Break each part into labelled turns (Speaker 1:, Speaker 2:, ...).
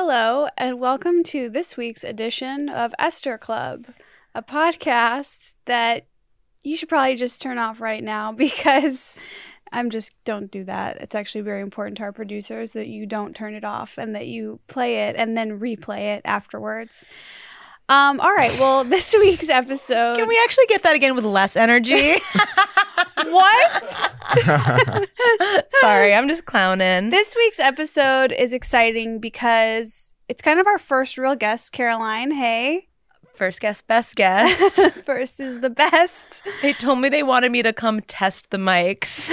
Speaker 1: Hello, and welcome to this week's edition of Esther Club, a podcast that you should probably just turn off right now because I'm just don't do that. It's actually very important to our producers that you don't turn it off and that you play it and then replay it afterwards. Um, all right, well, this week's episode.
Speaker 2: Can we actually get that again with less energy?
Speaker 1: What?
Speaker 2: Sorry, I'm just clowning.
Speaker 1: This week's episode is exciting because it's kind of our first real guest, Caroline. Hey.
Speaker 2: First guest, best guest.
Speaker 1: First is the best.
Speaker 2: they told me they wanted me to come test the mics.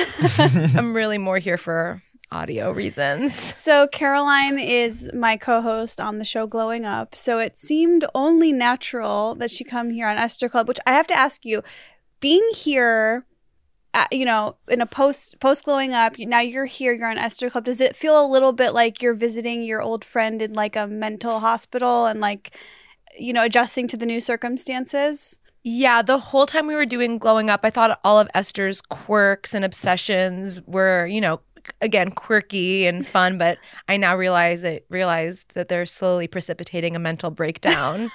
Speaker 2: I'm really more here for audio reasons.
Speaker 1: So, Caroline is my co host on the show Glowing Up. So, it seemed only natural that she come here on Esther Club, which I have to ask you being here, uh, you know, in a post post glowing up, now you're here, you're on Esther Club. Does it feel a little bit like you're visiting your old friend in like a mental hospital and like, you know, adjusting to the new circumstances?
Speaker 2: Yeah, the whole time we were doing Glowing Up, I thought all of Esther's quirks and obsessions were, you know, again quirky and fun, but I now realize it realized that they're slowly precipitating a mental breakdown.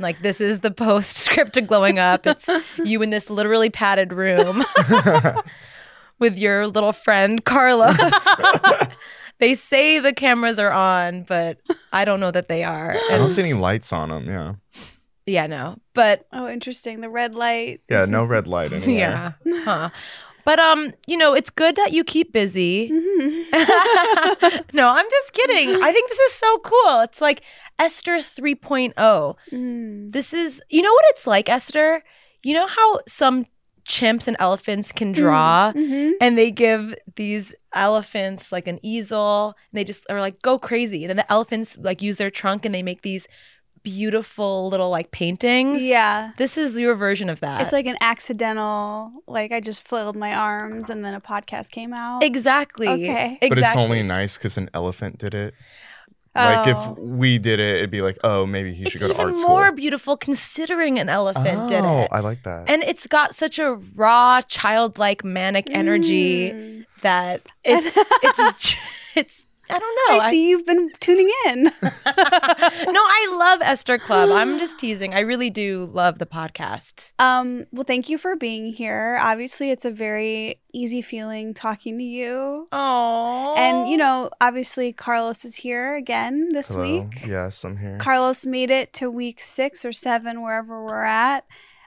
Speaker 2: like this is the postscript to glowing up. It's you in this literally padded room with your little friend Carlos. they say the cameras are on, but I don't know that they are.
Speaker 3: I don't
Speaker 2: And-
Speaker 3: see any lights on them. Yeah.
Speaker 2: yeah, no. But
Speaker 1: Oh, interesting. The red light.
Speaker 3: Yeah. No red light anywhere.
Speaker 2: Yeah. Huh. But um, you know, it's good that you keep busy.
Speaker 1: Mhm.
Speaker 2: no, I'm just kidding. I think this is so cool. It's like Esther 3.0.
Speaker 1: Mm.
Speaker 2: This is You know what it's like, Esther? You know how some chimps and elephants can draw
Speaker 1: Mhm.
Speaker 2: and they give these elephants like an easel and they just are like go crazy. And then the elephants like use their trunk and they make these beautiful little like paintings.
Speaker 1: Mm-hmm. Yeah.
Speaker 2: This is your version of that.
Speaker 1: It's like an accidental, like I just flailed my arms and then a podcast came out.
Speaker 2: Exactly.
Speaker 1: Okay.
Speaker 2: Exactly.
Speaker 3: But it's only nice because an elephant did it. Like if
Speaker 1: Oh.
Speaker 3: we did it, it'd be like, oh, maybe he
Speaker 2: it's
Speaker 3: should go to
Speaker 2: even
Speaker 3: art school.
Speaker 2: more beautiful considering an elephant
Speaker 3: oh,
Speaker 2: did it.
Speaker 3: I like that.
Speaker 2: and it's got such a raw, childlike, manic energy
Speaker 1: Mm.
Speaker 2: that it's it's it's I don't
Speaker 3: Oh,
Speaker 2: know.
Speaker 1: I see you've been tuning in.
Speaker 2: I- no, I love Esther Club. I'm just teasing. I really do love the podcast.
Speaker 1: Um, well, thank you for being here. Obviously, it's a very easy feeling talking to you.
Speaker 2: Oh,
Speaker 1: And, you know, obviously, Carlos is here again this
Speaker 3: Hello.
Speaker 1: week.
Speaker 3: Yes, I'm here.
Speaker 1: Carlos made it to week six or seven, wherever we're at.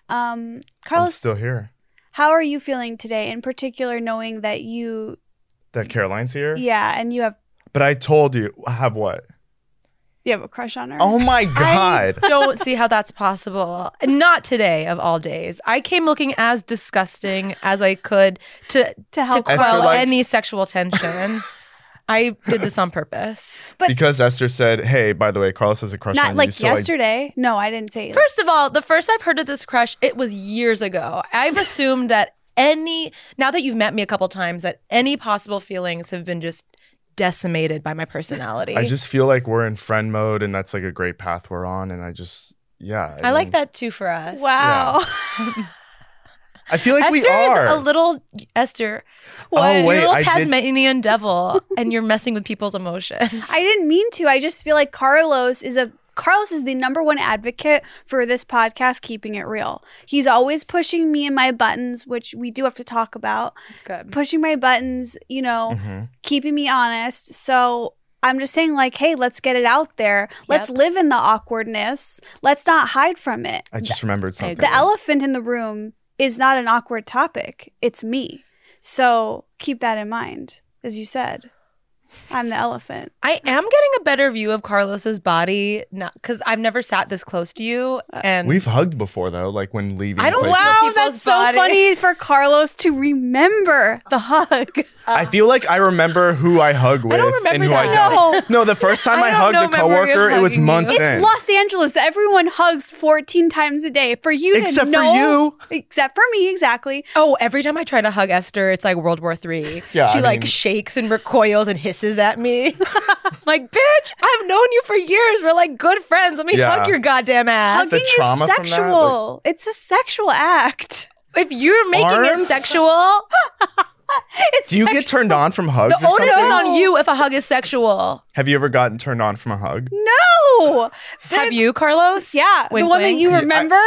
Speaker 1: Um,
Speaker 3: I'm
Speaker 1: Carlos,
Speaker 3: still here.
Speaker 1: how are you feeling today? In particular, knowing that you,
Speaker 3: That Caroline's here.
Speaker 1: yeah, and you have
Speaker 3: But I told you, I have what?
Speaker 1: you have a crush on her.
Speaker 3: Oh my God.
Speaker 2: I don't see how that's possible. Not today of all days. I came looking as disgusting as I could to
Speaker 1: to
Speaker 2: to
Speaker 1: help
Speaker 3: Esther
Speaker 2: quell
Speaker 3: likes-
Speaker 2: any sexual tension. I did this on purpose.
Speaker 1: but-
Speaker 3: because Esther said, hey, by the way, Carlos has a crush
Speaker 1: Not
Speaker 3: on you.
Speaker 1: like
Speaker 3: so I-
Speaker 1: yesterday. no, I didn't say it.
Speaker 2: First of all, the first I've heard of this crush, it was years ago. I've assumed that any now that you've met me a couple times, that any possible feelings have been just decimated by my personality.
Speaker 3: I, just feel like we're in friend mode and that's like a great path we're on. And I just, yeah.
Speaker 2: I like
Speaker 3: mean,
Speaker 2: that too for us.
Speaker 1: wow.
Speaker 3: I feel like
Speaker 2: Esther
Speaker 3: we are.
Speaker 2: is a little Esther.
Speaker 3: Oh,
Speaker 2: you're
Speaker 3: wait,
Speaker 2: a little
Speaker 3: I did-
Speaker 2: Tasmanian devil, and you're messing with people's emotions.
Speaker 1: I didn't mean to. I just feel like Carlos is a Carlos is the number one advocate for this podcast keeping it real. He's always pushing me and my buttons, which we do have to talk about.
Speaker 2: It's good.
Speaker 1: Pushing my buttons, you know,
Speaker 3: Mhm.
Speaker 1: keeping me honest. So I'm just saying like, hey, let's get it out there. Let's live in the awkwardness. Let's not hide from it.
Speaker 3: I just remembered something.
Speaker 1: The elephant in the room is not an awkward topic. It's me. So keep that in mind, as you said. I'm the elephant.
Speaker 2: I am getting a better view of Carlos's body because I've never sat this close to you,
Speaker 3: Uh,
Speaker 2: and
Speaker 3: We've hugged before though, like when leaving.
Speaker 2: I don't
Speaker 3: places.
Speaker 2: Wow,
Speaker 1: Wow,
Speaker 2: people's
Speaker 1: that's so
Speaker 2: body.
Speaker 1: funny for Carlos to remember the hug.
Speaker 3: I feel like I remember who I hug with
Speaker 2: don't remember
Speaker 3: and who I
Speaker 2: that.
Speaker 3: don't.
Speaker 1: No.
Speaker 3: No, the first time
Speaker 2: I
Speaker 3: I,
Speaker 2: don't
Speaker 3: hugged
Speaker 2: know
Speaker 3: a
Speaker 2: memory of
Speaker 3: coworker, it was
Speaker 2: hugging
Speaker 3: months
Speaker 2: you.
Speaker 3: in.
Speaker 1: It's Los Angeles. Everyone hugs 14 times a day. For you
Speaker 3: Except
Speaker 1: to
Speaker 3: for
Speaker 1: know,
Speaker 3: you.
Speaker 1: Except for me, exactly.
Speaker 2: Oh, every time I try to hug Esther, it's like World War Three.
Speaker 3: Yeah,
Speaker 2: she
Speaker 3: I
Speaker 2: like
Speaker 3: mean-
Speaker 2: shakes and recoils and hisses at me. I'm like, bitch, I've known you for years. We're like good friends. Let me
Speaker 3: Yeah.
Speaker 2: hug your goddamn ass.
Speaker 3: The
Speaker 1: Hugging
Speaker 3: trauma
Speaker 1: is
Speaker 3: from that,
Speaker 1: sexual. it's a sexual act.
Speaker 2: if you're making it
Speaker 3: Arms?
Speaker 2: sexual,
Speaker 1: It's
Speaker 3: Do you get
Speaker 1: sexual.
Speaker 3: turned on from hugs?
Speaker 2: The
Speaker 3: or
Speaker 2: onus
Speaker 3: something?
Speaker 2: is on you if a hug is sexual.
Speaker 3: Have you ever gotten turned on from a hug?
Speaker 1: No.
Speaker 2: Have you, Carlos?
Speaker 1: Yeah,
Speaker 2: Wink,
Speaker 1: the one
Speaker 2: wink.
Speaker 1: that you
Speaker 3: I-
Speaker 1: remember.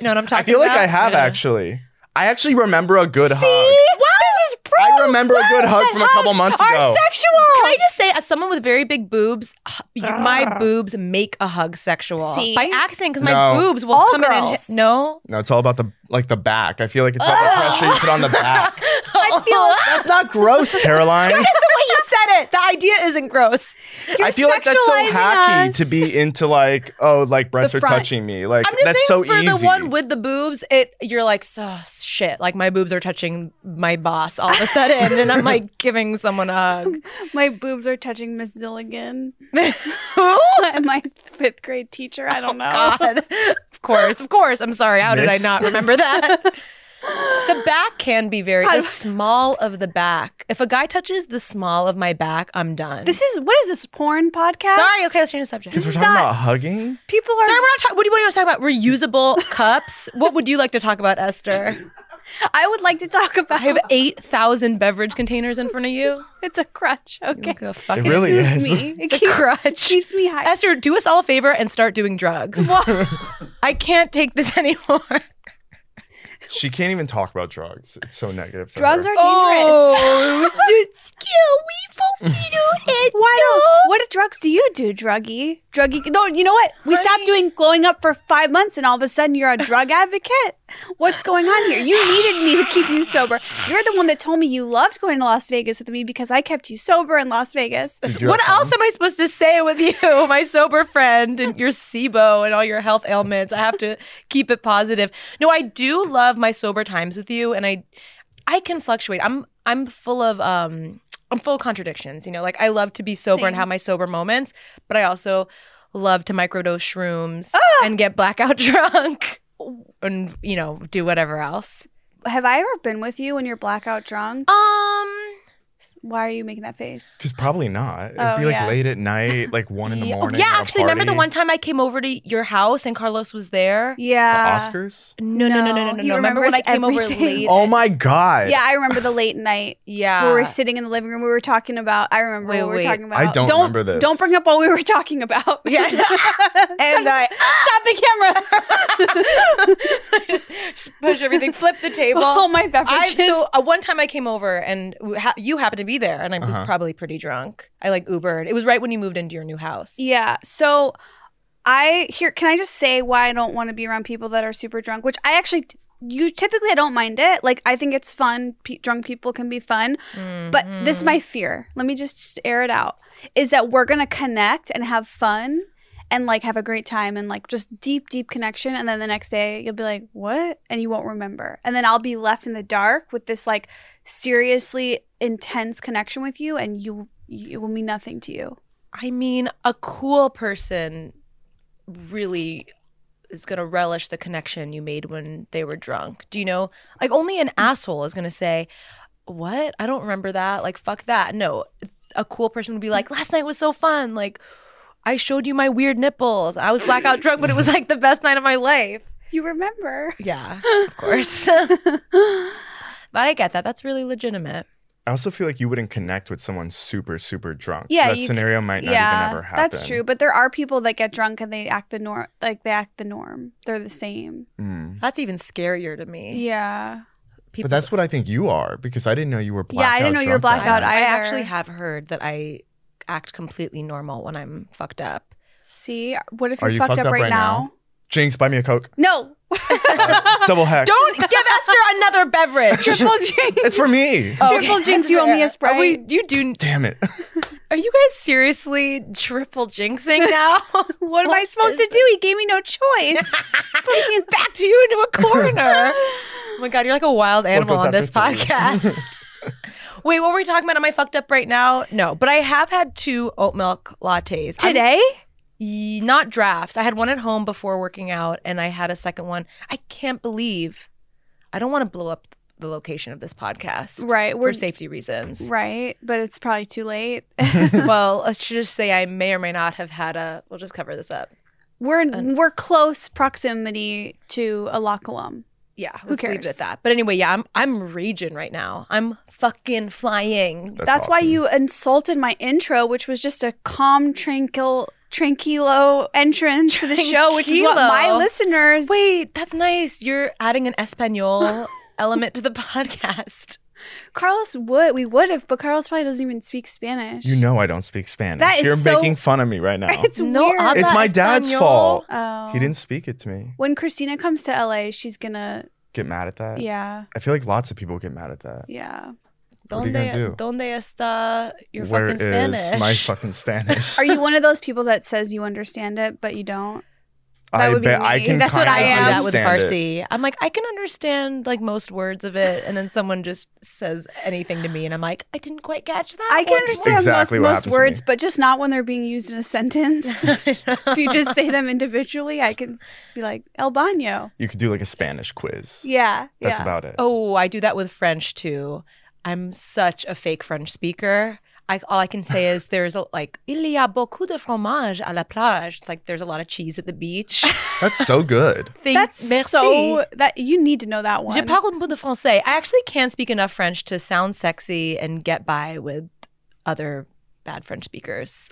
Speaker 2: You know what I'm talking
Speaker 3: I
Speaker 2: about?
Speaker 3: feel like I have
Speaker 2: Yeah.
Speaker 3: actually. I actually remember a good hug.
Speaker 1: See, this is proof.
Speaker 3: I remember a good hug
Speaker 1: that
Speaker 3: from a couple
Speaker 1: hugs
Speaker 3: months
Speaker 1: are
Speaker 3: ago.
Speaker 2: Can
Speaker 1: sexual.
Speaker 2: I just say, as someone with very big boobs, h- my boobs make a hug sexual
Speaker 1: See?
Speaker 2: by accident because
Speaker 3: No.
Speaker 2: my boobs will
Speaker 1: All
Speaker 2: come in and
Speaker 1: girls.
Speaker 2: hit. No,
Speaker 3: No, it's all about the like the back. I feel like it's all the pressure you put on the back.
Speaker 1: I feel
Speaker 3: That's not gross, Caroline.
Speaker 2: the way you said it. The idea isn't gross.
Speaker 3: I feel like that's so
Speaker 1: sexualizing
Speaker 3: hacky
Speaker 1: us.
Speaker 3: to be into like, oh, like breasts
Speaker 1: The
Speaker 3: are
Speaker 1: front.
Speaker 3: touching me. Like
Speaker 2: I'm just
Speaker 3: that's
Speaker 2: saying
Speaker 3: so
Speaker 2: for
Speaker 3: easy.
Speaker 2: the one with the boobs, it you're like, so shit. Like my boobs are touching my boss all of a sudden, and I'm like giving someone a hug.
Speaker 1: my boobs are touching Miss Zilligan. my fifth grade teacher. I don't know.
Speaker 2: Oh, God. of course, of course. I'm sorry. How did I
Speaker 3: Miss.
Speaker 2: not remember that? the back can be very
Speaker 1: How
Speaker 2: the
Speaker 1: do-
Speaker 2: small of the back. If a guy touches the small of my back, I'm done.
Speaker 1: This is what is this porn podcast?
Speaker 2: sorry. Okay, let's change the subject.
Speaker 3: Because we're
Speaker 1: This
Speaker 3: talking
Speaker 1: is not-
Speaker 3: about hugging.
Speaker 1: people are.
Speaker 2: Sorry, we're not talking. What do you want to talk about? Reusable cups. What would you like to talk about, Esther?
Speaker 1: I would like to talk about.
Speaker 2: I have eight thousand beverage containers in front of you.
Speaker 1: it's a crutch. Okay.
Speaker 2: Like a fucking-
Speaker 3: It really
Speaker 1: Soothes
Speaker 3: is.
Speaker 1: Me. It
Speaker 2: It's a
Speaker 1: keeps,
Speaker 2: crutch.
Speaker 1: keeps me high.
Speaker 2: Esther, do us all a favor and start doing drugs. I can't take this anymore.
Speaker 3: She can't even talk about drugs. It's so negative. to
Speaker 1: Drugs
Speaker 3: her.
Speaker 1: are dangerous. Why? do- What drugs do you do, druggie? Druggie? No, you know what? We stopped
Speaker 2: Honey.
Speaker 1: doing glowing up for five months, and all of a sudden you're a drug advocate. What's going on here? You needed me to keep you sober. You're the one that told me you loved going to Las Vegas with me because I kept you sober in Las Vegas.
Speaker 3: Did you
Speaker 2: What
Speaker 3: have fun?
Speaker 2: else am I supposed to say with you, my sober friend, and your SIBO and all your health ailments? I have to keep it positive. No, I do love my sober times with you, and I, I can fluctuate. I'm I'm full of um I'm full of contradictions. You know, like I love to be sober and
Speaker 1: Same.
Speaker 2: have my sober moments, but I also love to microdose shrooms and get blackout drunk, and you know do whatever else.
Speaker 1: Have I ever been with you when you're blackout drunk?
Speaker 2: Um.
Speaker 1: Why are you making that face?
Speaker 3: Because probably not. It'd
Speaker 1: Oh,
Speaker 3: be like
Speaker 1: yeah.
Speaker 3: late at night, like one in the
Speaker 2: yeah, oh,
Speaker 3: morning.
Speaker 2: yeah,
Speaker 3: at a
Speaker 2: actually, remember the
Speaker 3: party.
Speaker 2: one time I came over to your house and Carlos was there?
Speaker 3: The
Speaker 1: Yeah.
Speaker 3: Oscars?
Speaker 2: No, no, no, no, no,
Speaker 1: No,
Speaker 2: no.
Speaker 1: he
Speaker 2: no. Remember when I
Speaker 1: remembers
Speaker 2: came over
Speaker 1: everything.
Speaker 2: late?
Speaker 3: Oh my god.
Speaker 1: Yeah, I remember the late night
Speaker 2: yeah.
Speaker 1: where we were sitting in the living room. We were talking about. I remember
Speaker 2: Ah. Wait,
Speaker 1: what we were
Speaker 2: wait.
Speaker 1: talking about.
Speaker 3: I don't remember this.
Speaker 1: Don't bring up what we were talking about.
Speaker 2: Yeah.
Speaker 1: and I stop the cameras.
Speaker 2: I just push everything, flip the table.
Speaker 1: All my
Speaker 2: I,
Speaker 1: beverages.
Speaker 2: so uh, one time I came over and w- ha- you happened to be there, and I was
Speaker 3: Uh-huh.
Speaker 2: probably pretty drunk. I like Ubered. It was right when you moved into your new house.
Speaker 1: yeah. So I here. Can I just say why I don't want to be around people that are super drunk? Which I actually. You typically I don't mind it. Like I think it's fun. Pe drunk people can be fun, but this is
Speaker 3: Mm-hmm.
Speaker 2: Mhm.
Speaker 1: my fear. Let me just air it out. Is that we're gonna connect and have fun, and like have a great time and like just deep deep connection and then the next day you'll be like what and you won't remember and then i'll be left in the dark with this like seriously intense connection with you and you it will mean nothing to you
Speaker 2: I mean, a cool person really is going to relish the connection you made when they were drunk. Do you know? Like, only an asshole is going to say, What? I don't remember that. Like, fuck that. No, a cool person would be like, Last night was so fun. Like, I showed you my weird nipples. I was blackout drunk, but it was like the best night of my life.
Speaker 1: you remember
Speaker 2: Yeah, of course. but I get that. That's really legitimate.
Speaker 3: I also feel like you wouldn't connect with someone super, super drunk.
Speaker 1: Yeah,
Speaker 3: So that
Speaker 1: you c-
Speaker 3: scenario might not even ever
Speaker 1: yeah
Speaker 3: happen.
Speaker 1: that's true but there are people that get drunk and they act the norm like they act the norm they're the same
Speaker 3: Mm.
Speaker 2: That's even scarier to me.
Speaker 1: yeah
Speaker 2: People,
Speaker 3: But that's what I think you are because I didn't know you were
Speaker 1: Yeah,
Speaker 3: blackout.
Speaker 1: I didn't know you were
Speaker 3: drunk that
Speaker 1: blackout
Speaker 3: night.
Speaker 1: I-
Speaker 2: I
Speaker 1: either.
Speaker 2: actually have heard that I act completely normal when I'm fucked up.
Speaker 1: see what if
Speaker 3: Are
Speaker 1: you're
Speaker 3: you
Speaker 1: fucked, up, right, now,
Speaker 3: Jinx, buy me a Coke.
Speaker 1: no
Speaker 3: Double hex.
Speaker 2: Don't give Esther another beverage.
Speaker 1: triple jinx
Speaker 3: It's for me.
Speaker 2: Oh,
Speaker 1: Triple Jinx, you owe me a Sprite.
Speaker 2: Are we, you do.
Speaker 3: Damn it.
Speaker 2: Are you guys seriously triple jinxing now?
Speaker 1: what am i supposed to do he gave me no choice
Speaker 2: He's backed you into a corner. Oh my god, you're like a wild animal
Speaker 3: goes
Speaker 2: on this
Speaker 3: after three?
Speaker 2: podcast. Wait, what were we talking about? Am I fucked up right now? No, but I have had two oat milk lattes I'm-
Speaker 1: today
Speaker 2: Y- not drafts. I had one at home before working out, and I had a second one. I can't believe. I don't want to blow up the location of this podcast,
Speaker 1: right
Speaker 2: For
Speaker 1: we're
Speaker 2: safety reasons.
Speaker 1: right but it's probably too late
Speaker 2: well, let's just say I may or may not have had a. We'll just cover this up.
Speaker 1: we're
Speaker 2: An-
Speaker 1: we're close proximity to a loculum
Speaker 2: yeah,
Speaker 1: Who
Speaker 2: let's leave it
Speaker 1: cares?
Speaker 2: at that. But anyway, yeah, I'm I'm raging right now. I'm fucking flying.
Speaker 3: That's
Speaker 1: That's why
Speaker 3: awesome.
Speaker 1: you insulted my intro, which was just a calm, tranquil, tranquilo entrance to the show, which is what my
Speaker 2: Tranquilo.
Speaker 1: listeners.
Speaker 2: Wait, that's nice. You're adding an Espanol element to the podcast.
Speaker 1: Carlos would we would have, but Carlos probably doesn't even speak Spanish.
Speaker 3: You know I don't speak Spanish.
Speaker 1: That is
Speaker 3: You're
Speaker 1: so-
Speaker 3: making fun of me right now.
Speaker 1: it's
Speaker 2: No,
Speaker 1: weird.
Speaker 2: I'm
Speaker 3: It's
Speaker 2: not
Speaker 3: my dad's
Speaker 2: Espanol.
Speaker 3: fault.
Speaker 1: Oh.
Speaker 3: He didn't speak it to me.
Speaker 1: When Christina comes to LA, she's gonna.
Speaker 3: Get mad at that?
Speaker 1: Yeah,
Speaker 3: I feel like lots of people get mad at that.
Speaker 1: yeah.
Speaker 3: What are you gonna do?
Speaker 2: donde está your
Speaker 3: Where
Speaker 2: fucking
Speaker 3: is
Speaker 2: Spanish?
Speaker 3: my fucking Spanish?
Speaker 1: Are you one of those people that says you understand it but you don't? that
Speaker 3: I
Speaker 1: would be
Speaker 3: bet I
Speaker 1: me.
Speaker 3: can
Speaker 1: That's what
Speaker 3: kinda
Speaker 1: I
Speaker 2: I do
Speaker 1: am.
Speaker 2: that with
Speaker 3: understand it.
Speaker 2: Farsi. I'm like, I can understand like most words of it, and then someone just says anything to me, and I'm like, I didn't quite catch that.
Speaker 1: I can
Speaker 2: What's
Speaker 1: understand
Speaker 3: exactly what
Speaker 1: most, most
Speaker 3: happens to
Speaker 1: words,
Speaker 3: me.
Speaker 1: but just not when they're being used in a sentence.
Speaker 2: more?"
Speaker 1: if you just say them individually, I can just be like El Baño.
Speaker 3: You could do like a Spanish quiz.
Speaker 1: Yeah,
Speaker 3: That's
Speaker 1: yeah.
Speaker 3: about it.
Speaker 2: Oh, I do that with French too. I'm such a fake French speaker. I, all I can say is there's a, like il y a beaucoup de fromage à la plage. It's like there's a lot of cheese at the beach.
Speaker 3: That's so good.
Speaker 2: Thank-
Speaker 1: That's
Speaker 2: merci.
Speaker 1: so that you need to know that one.
Speaker 2: Je parle un peu de français. I actually can't speak enough French to sound sexy and get by with other bad French speakers.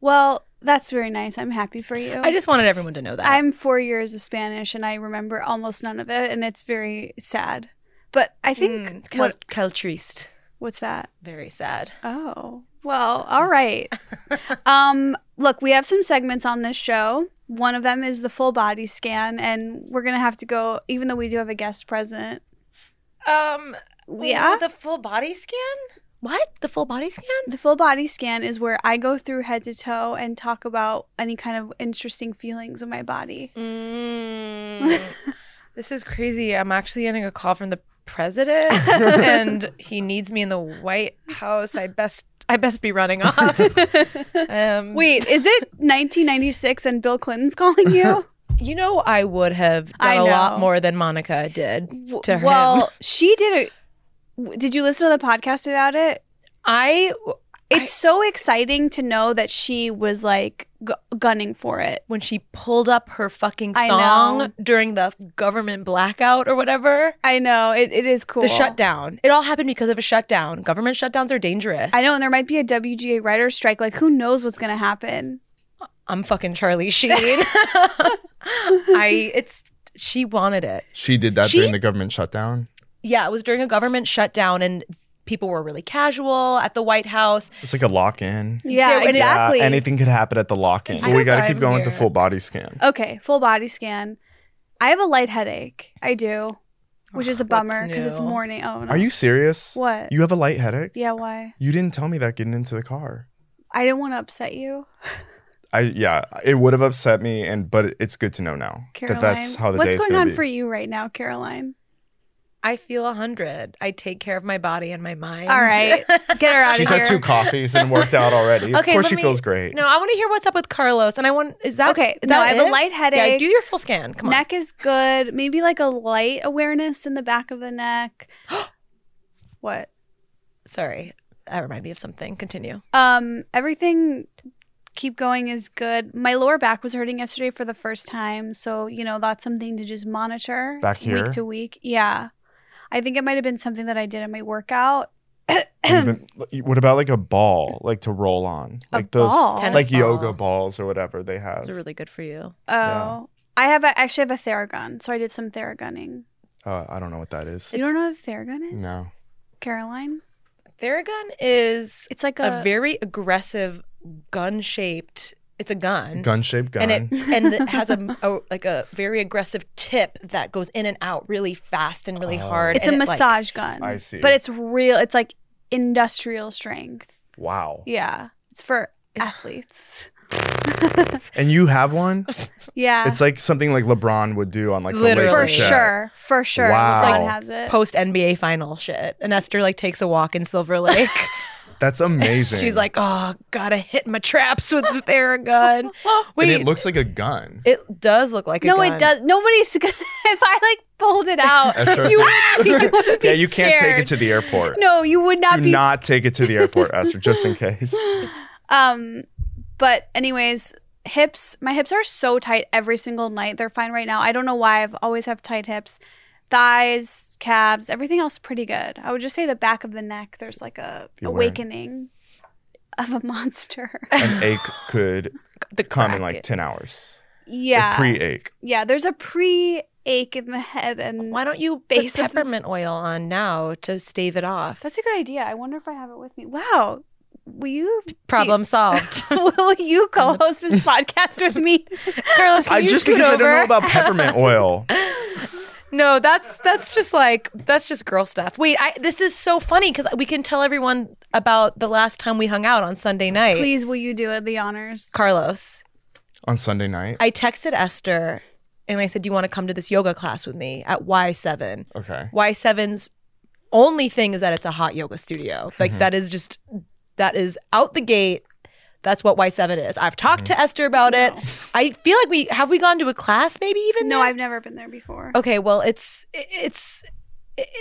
Speaker 1: Well, that's very nice. I'm happy for you.
Speaker 2: I just wanted everyone to know that.
Speaker 1: I'm four years of Spanish and I remember almost none of it, and it's very sad. But I think
Speaker 2: Mm, cal-
Speaker 1: what
Speaker 2: cal triste.
Speaker 1: what's that?
Speaker 2: Very sad.
Speaker 1: Oh, well, all right. um, look, we have some segments on this show. One of them is the full body scan, and we're gonna have to go, even though we do have a guest present.
Speaker 2: Um,
Speaker 1: yeah.
Speaker 2: the full body scan. What the full body scan?
Speaker 1: The full body scan is where I go through head to toe and talk about any kind of interesting feelings in my body.
Speaker 2: Mm. this is crazy. I'm actually getting a call from the president, and he needs me in the White House. I best, I best be running off. Um,
Speaker 1: Wait, is it 1996 and Bill Clinton's calling you?
Speaker 2: you know, I would have
Speaker 1: I
Speaker 2: done a
Speaker 1: know.
Speaker 2: lot more than Monica did.
Speaker 1: W-
Speaker 2: To him.
Speaker 1: Well, she did a. w- Did you listen to the podcast about it?
Speaker 2: I,
Speaker 1: It's so exciting to know that she was like g- gunning for it.
Speaker 2: when she pulled up her fucking
Speaker 1: I know.
Speaker 2: thong during the government blackout or whatever.
Speaker 1: I know it, it is cool.
Speaker 2: The shutdown. It all happened because of a shutdown. Government shutdowns are dangerous.
Speaker 1: I know, and there might be a WGA writer strike. Like, who knows what's gonna happen?
Speaker 2: I'm fucking Charlie Sheen. I it's she wanted it.
Speaker 3: She did that
Speaker 2: She-
Speaker 3: during the government shutdown.
Speaker 2: Yeah, it was during a government shutdown and people were really casual at the White House.
Speaker 3: It's like a lock in.
Speaker 2: There-
Speaker 1: Yeah,
Speaker 2: and it-
Speaker 1: exactly.
Speaker 3: anything could happen at the lock in.
Speaker 2: It's
Speaker 3: But we
Speaker 2: because
Speaker 3: got to keep
Speaker 2: I'm
Speaker 3: going with
Speaker 2: here.
Speaker 3: the full body scan.
Speaker 1: okay, full body scan. I have a light headache. I do, which is a
Speaker 2: What's
Speaker 1: bummer because it's
Speaker 2: new?
Speaker 1: morning. Oh no.
Speaker 3: Are you serious?
Speaker 1: What?
Speaker 3: You have a light headache?
Speaker 1: yeah. Why?
Speaker 3: You didn't tell me that getting into the car.
Speaker 1: I didn't want to upset you,
Speaker 3: I yeah, it would have upset me, and but it's good to know now
Speaker 1: Caroline.
Speaker 3: that that's how the
Speaker 1: what's
Speaker 3: day is
Speaker 1: going
Speaker 3: gonna
Speaker 1: on
Speaker 3: be.
Speaker 1: for you right now, Caroline?
Speaker 2: I feel a hundred. I take care of my body and my mind.
Speaker 1: All right, get her out
Speaker 3: She's
Speaker 1: of here.
Speaker 3: had two coffees and worked out already.
Speaker 2: Okay,
Speaker 3: of course
Speaker 2: let
Speaker 3: she
Speaker 2: me-
Speaker 3: feels great.
Speaker 2: no, I want to hear what's up with Carlos. And I want is that
Speaker 1: okay,
Speaker 2: is
Speaker 1: no,
Speaker 2: that
Speaker 1: I have a
Speaker 2: it?
Speaker 1: light headache.
Speaker 2: Yeah, do your full scan. Come on.
Speaker 1: neck is good. Maybe like a light awareness in the back of the neck. what?
Speaker 2: Sorry. That reminded me of something. Continue.
Speaker 1: Um, everything keep going is good. My lower back was hurting yesterday for the first time, so you know that's something to just monitor
Speaker 3: Back here?
Speaker 1: week to week. Yeah, I think it might have been something that I did in my workout.
Speaker 3: You've been- what about like a ball, like to roll on,
Speaker 1: A
Speaker 3: like those,
Speaker 1: ball.
Speaker 2: tennis
Speaker 3: like
Speaker 2: ball.
Speaker 3: yoga balls or whatever they have?
Speaker 2: Those are really good for you.
Speaker 1: Oh,
Speaker 3: Yeah.
Speaker 1: I have a, actually have a Theragun, so I did some Theragunning.
Speaker 3: Uh, I don't know what that is.
Speaker 1: you don't know what a Theragun is?
Speaker 3: No,
Speaker 1: Caroline.
Speaker 2: Theragun is
Speaker 1: It's like a,
Speaker 2: a very aggressive gun shaped it's a gun.
Speaker 3: gun shaped gun.
Speaker 2: and it and it has a, a like a very aggressive tip that goes in and out really fast and really
Speaker 3: Oh.
Speaker 2: hard.
Speaker 1: it's a
Speaker 2: and it, like-
Speaker 1: massage gun.
Speaker 3: I see.
Speaker 1: But it's real. It's like industrial strength.
Speaker 3: wow.
Speaker 1: Yeah, it's for athletes.
Speaker 3: And you have one?
Speaker 1: Yeah,
Speaker 3: It's like something like LeBron would do on like the
Speaker 2: Literally.
Speaker 1: for
Speaker 3: Lakers.
Speaker 2: Yeah.
Speaker 1: sure, for sure.
Speaker 3: Wow.
Speaker 1: Someone has it.
Speaker 2: Post NBA final shit, and Esther like takes a walk in Silver Lake.
Speaker 3: That's amazing.
Speaker 2: She's like, "Oh, gotta hit my traps with the Theragun."
Speaker 3: and
Speaker 2: Wait,
Speaker 3: it looks like a gun.
Speaker 2: it does look like a
Speaker 1: no,
Speaker 2: gun.
Speaker 1: it does. Nobody's gonna. If I like pulled it out,
Speaker 3: Esther
Speaker 1: you,
Speaker 3: says-
Speaker 1: you would be
Speaker 3: yeah, you can't take
Speaker 1: scared.
Speaker 3: it to the airport.
Speaker 1: No, you would not
Speaker 3: do
Speaker 1: be.
Speaker 3: not take it to the airport, Esther, just in case.
Speaker 1: Um, but anyways, hips. My hips are so tight every single night. They're fine right now. I don't know why. I've always have tight hips. thighs, calves, everything else pretty good. I would just say the back of the neck. There's like a
Speaker 3: The awareness.
Speaker 1: awakening of a monster.
Speaker 3: An ache could
Speaker 2: the
Speaker 3: come in
Speaker 2: crack
Speaker 3: like
Speaker 2: it.
Speaker 3: 10 hours.
Speaker 1: yeah,
Speaker 3: Pre ache.
Speaker 1: yeah. There's a pre ache in the head, and
Speaker 2: Why don't you
Speaker 1: Base
Speaker 2: base
Speaker 1: of-
Speaker 2: peppermint oil on now to stave it off?
Speaker 1: that's a good idea. I wonder if I have it with me. Wow, will you
Speaker 2: problem solved.
Speaker 1: will you co-host this podcast with me,
Speaker 2: Carlos, can
Speaker 3: I
Speaker 2: you
Speaker 3: just
Speaker 2: scoot
Speaker 3: because I don't know
Speaker 2: over?
Speaker 3: about peppermint oil.
Speaker 2: No, that's that's just like that's just girl stuff. Wait, I, this is so funny because we can tell everyone about the last time we hung out on Sunday night.
Speaker 1: please? Will you do it? The honors.
Speaker 2: Carlos,
Speaker 3: on Sunday night.
Speaker 2: I texted Esther and I said, "Do you want to come to this yoga class with me at Y seven?
Speaker 3: Okay.
Speaker 2: Y seven's only thing is that it's a hot yoga studio. Like
Speaker 3: Mhm.
Speaker 2: that is just that is out the gate. That's what Y seven is. I've talked to Esther about it. I feel like we have we gone to a class maybe even
Speaker 1: No,
Speaker 2: there?
Speaker 1: I've never been there before.
Speaker 2: okay well it's it's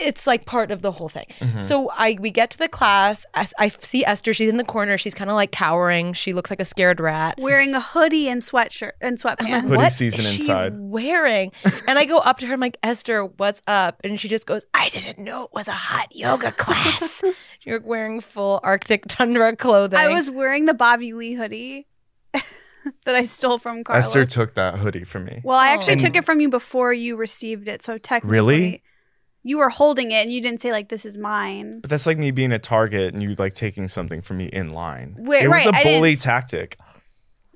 Speaker 2: it's like part of the whole thing
Speaker 3: Mhm.
Speaker 2: so i we get to the class I, I see esther she's in the corner she's kind of like cowering she looks like a scared rat
Speaker 1: Wearing a hoodie and sweatshirt and
Speaker 2: I'm
Speaker 1: sweatpants.
Speaker 3: Hoodie
Speaker 2: like, what
Speaker 3: season
Speaker 2: is she
Speaker 3: inside."
Speaker 2: wearing? And I go up to her, I'm like, Esther, what's up? And she just goes, I didn't know it was a hot yoga class. You're wearing full Arctic tundra clothing.
Speaker 1: I was wearing the Bobby Lee hoodie that I stole from Carlos.
Speaker 3: Esther took that hoodie from me.
Speaker 1: well, I actually
Speaker 2: Oh.
Speaker 1: took it from you before you received it, so technically,
Speaker 3: Really?
Speaker 1: you were holding it and you didn't say like this is mine.
Speaker 3: But that's like me being at Target and you like taking something from me in line.
Speaker 1: Wait,
Speaker 3: it
Speaker 1: right,
Speaker 3: was
Speaker 1: I
Speaker 3: a
Speaker 1: didn't
Speaker 3: bully
Speaker 1: s-
Speaker 3: tactic.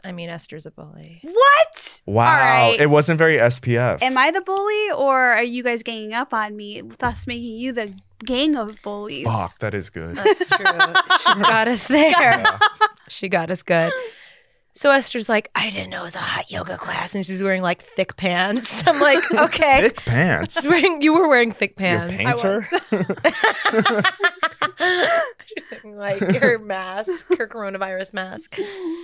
Speaker 2: I mean, Esther's a bully.
Speaker 1: What?
Speaker 3: Wow.
Speaker 1: right.
Speaker 3: It wasn't very SPF.
Speaker 1: Am I the bully, or are you guys ganging up on me, thus making you the gang of bullies?
Speaker 3: Fuck, that is good.
Speaker 2: That's true. She's got us there.
Speaker 3: Yeah.
Speaker 2: She got us good. So Esther's like, I didn't know it was a hot yoga class. And she's wearing like thick pants. I'm like, okay.
Speaker 3: Thick pants.
Speaker 2: She's wearing- you were wearing thick
Speaker 3: You're a
Speaker 2: pants.
Speaker 3: painter?
Speaker 2: she's wearing like her mask, her coronavirus mask.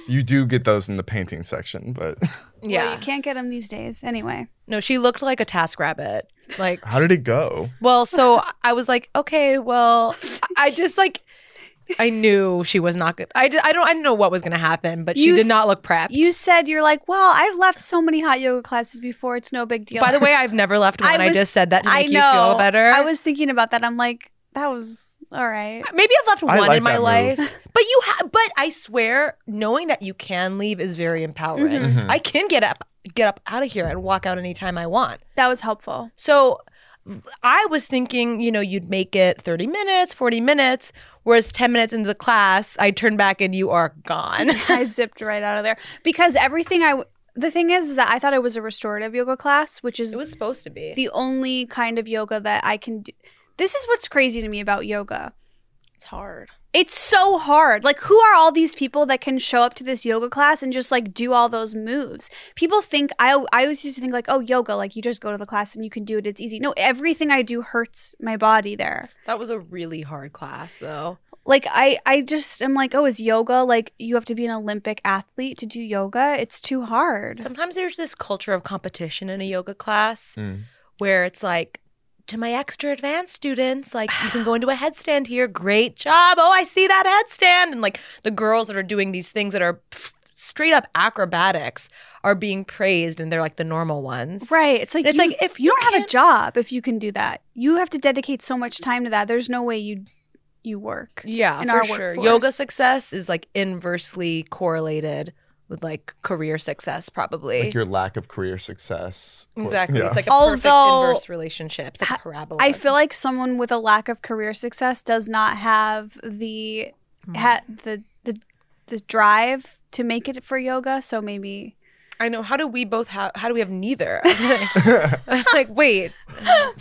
Speaker 3: you do get those in the painting section, but
Speaker 1: Well,
Speaker 2: Yeah.
Speaker 1: you can't get them these days anyway.
Speaker 2: No, she looked like a task rabbit. Like,
Speaker 3: how did it go?
Speaker 2: well, so I was like, okay, well, I just like, I knew she was not good. I, d- I don't, I didn't know what was going to happen, but she
Speaker 1: You
Speaker 2: did
Speaker 1: s-
Speaker 2: not look prepped.
Speaker 1: You said you're like, well, I've left so many hot yoga classes before; it's no big deal.
Speaker 2: By the way, I've never left
Speaker 1: I
Speaker 2: one. I,
Speaker 1: was-
Speaker 2: just said that to
Speaker 1: I
Speaker 2: make you
Speaker 1: know.
Speaker 2: feel better.
Speaker 1: I was thinking about that. I'm like, that was all right.
Speaker 2: maybe I've left
Speaker 3: I
Speaker 2: one
Speaker 3: like
Speaker 2: in my
Speaker 3: that
Speaker 2: life,
Speaker 3: move.
Speaker 2: but you, ha- but I swear, knowing that you can leave is very empowering.
Speaker 1: Mhm.
Speaker 3: Mm-hmm.
Speaker 2: I can get up, get up out of here, and walk out anytime I want.
Speaker 1: That was helpful.
Speaker 2: So I was thinking, you know, you'd make it 30 minutes, 40 minutes, whereas 10 minutes into the class, I turn back and you are gone.
Speaker 1: I zipped right out of there because everything I. w- The thing is, is that I thought it was a restorative yoga class, which is
Speaker 2: It was supposed to be.
Speaker 1: the only kind of yoga that I can do. This is what's crazy to me about yoga.
Speaker 2: It's hard.
Speaker 1: It's so hard. Like, who are all these people that can show up to this yoga class and just like do all those moves? People think I I always used to think like, oh, yoga, like you just go to the class and you can do it. It's easy. No, everything I do hurts my body there.
Speaker 2: That was a really hard class, though.
Speaker 1: like i i just am like oh is yoga like you have to be an olympic athlete to do yoga it's too hard
Speaker 2: Sometimes there's this culture of competition in a yoga class
Speaker 3: Mm.
Speaker 2: where it's like, to my extra advanced students, like you can go into a headstand here. Great job. Oh, I see that headstand. And like the girls that are doing these things that are pff, straight up acrobatics are being praised and they're like the normal ones.
Speaker 1: right it's like
Speaker 2: It's
Speaker 1: you-
Speaker 2: like if
Speaker 1: you,
Speaker 2: you
Speaker 1: don't have a
Speaker 2: can't-
Speaker 1: job if you can do that you have to dedicate so much time to that there's no way you you work
Speaker 2: Yeah,
Speaker 1: in
Speaker 2: for
Speaker 1: our
Speaker 2: sure.
Speaker 1: workforce.
Speaker 2: Yoga success is like inversely correlated with like career success, probably.
Speaker 3: Like your lack of career success.
Speaker 2: exactly.
Speaker 3: Yeah.
Speaker 2: It's like a
Speaker 1: Although-
Speaker 2: perfect inverse relationship. It's like a parabola.
Speaker 1: i feel like someone with a lack of career success does not have the
Speaker 3: Hmm.
Speaker 2: Mm-hmm.
Speaker 1: ha- the the the drive to make it for yoga so maybe
Speaker 2: I know. How do we both have? How do we have neither? I'm like, wait.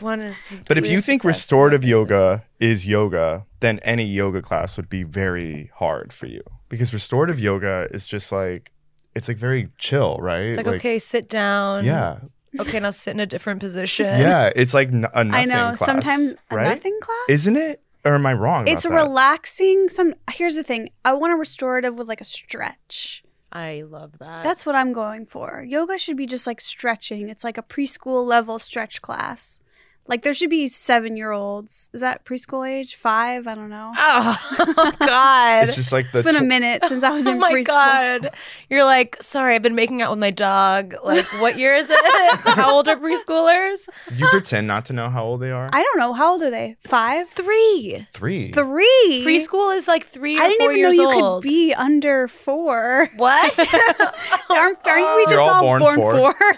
Speaker 2: One is
Speaker 3: But if you
Speaker 2: career
Speaker 3: think
Speaker 2: success,
Speaker 3: restorative
Speaker 2: career success.
Speaker 3: yoga is yoga, then any yoga class would be very hard for you because restorative yoga is just like it's like very chill, right?
Speaker 2: it's like, okay, sit down.
Speaker 3: yeah,
Speaker 2: Okay, now sit in a different position.
Speaker 3: yeah. It's like n- a nothing
Speaker 1: i know
Speaker 3: class,
Speaker 1: sometimes
Speaker 3: right?
Speaker 1: a nothing class
Speaker 3: Isn't it? Or am I wrong?
Speaker 1: it's
Speaker 3: about that?
Speaker 1: relaxing some here's the thing i want a restorative with like a stretch
Speaker 2: I love that.
Speaker 1: that's what i'm going for yoga should be just like stretching it's like a preschool level stretch class Like there should be seven year olds. Is that preschool age? Five? I don't know.
Speaker 2: Oh God!
Speaker 3: It's just like the
Speaker 1: it's been a
Speaker 3: tw-
Speaker 1: minute since I was
Speaker 2: oh
Speaker 1: in
Speaker 2: my
Speaker 1: preschool.
Speaker 2: God! You're like, sorry, I've been making out with my dog. Like, what year is it? How old are preschoolers?
Speaker 3: Did you pretend not to know how old they are?
Speaker 1: I don't know. How old are they? Five?
Speaker 2: Three.
Speaker 3: Three.
Speaker 1: Three?
Speaker 2: Preschool is like three.
Speaker 1: I
Speaker 2: Or
Speaker 1: didn't
Speaker 2: four
Speaker 1: even know
Speaker 2: years
Speaker 1: you
Speaker 2: old.
Speaker 1: could be under four.
Speaker 2: What?
Speaker 1: Aren't, aren't we just
Speaker 3: all
Speaker 1: all,
Speaker 3: born
Speaker 1: born,
Speaker 3: four.
Speaker 1: four?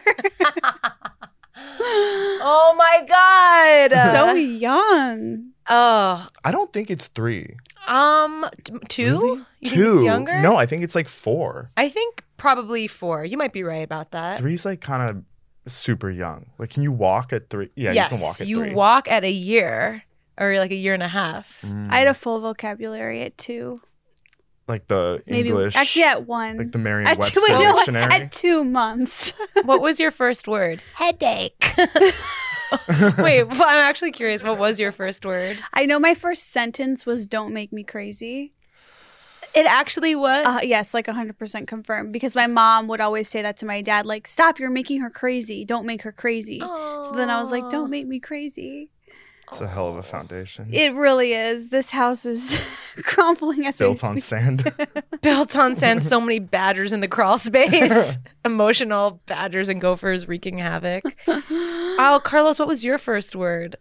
Speaker 2: oh my God!
Speaker 1: so young.
Speaker 2: oh,
Speaker 3: I don't think it's three.
Speaker 2: um, t- two.
Speaker 3: Really?
Speaker 2: You
Speaker 3: Two.
Speaker 2: Think it's younger?
Speaker 3: No, I think it's like four.
Speaker 2: I think probably four. You might be right about that.
Speaker 3: Three's like kind of super young. Like, can you walk at three? Yeah,
Speaker 2: yes,
Speaker 3: you can walk at three.
Speaker 2: walk at a year or like a year and a half.
Speaker 3: Mm.
Speaker 1: I had a full vocabulary at two.
Speaker 3: like the
Speaker 1: Maybe
Speaker 3: English.
Speaker 1: actually at one.
Speaker 3: like the Merriam
Speaker 2: At two-
Speaker 3: Webster
Speaker 1: Wait, no, at-
Speaker 3: dictionary.
Speaker 1: at two months.
Speaker 2: what was your first word? Headache. Wait, well, I'm actually curious. What was your first word?
Speaker 1: I know my first sentence was "Don't make me crazy."
Speaker 2: It actually was.
Speaker 1: Uh, yes, like 100% confirmed because my mom would always say that to my dad, like, "Stop! You're making her crazy. Don't make her crazy." So then I was like, "Don't make me crazy."
Speaker 3: it's a hell of a foundation.
Speaker 1: It really is. This house is crumbling as we
Speaker 3: Built on
Speaker 1: speak.
Speaker 3: sand.
Speaker 2: Built on sand, so many badgers in the crawl space. Emotional badgers and gophers wreaking havoc. Oh, Carlos, what was your first word?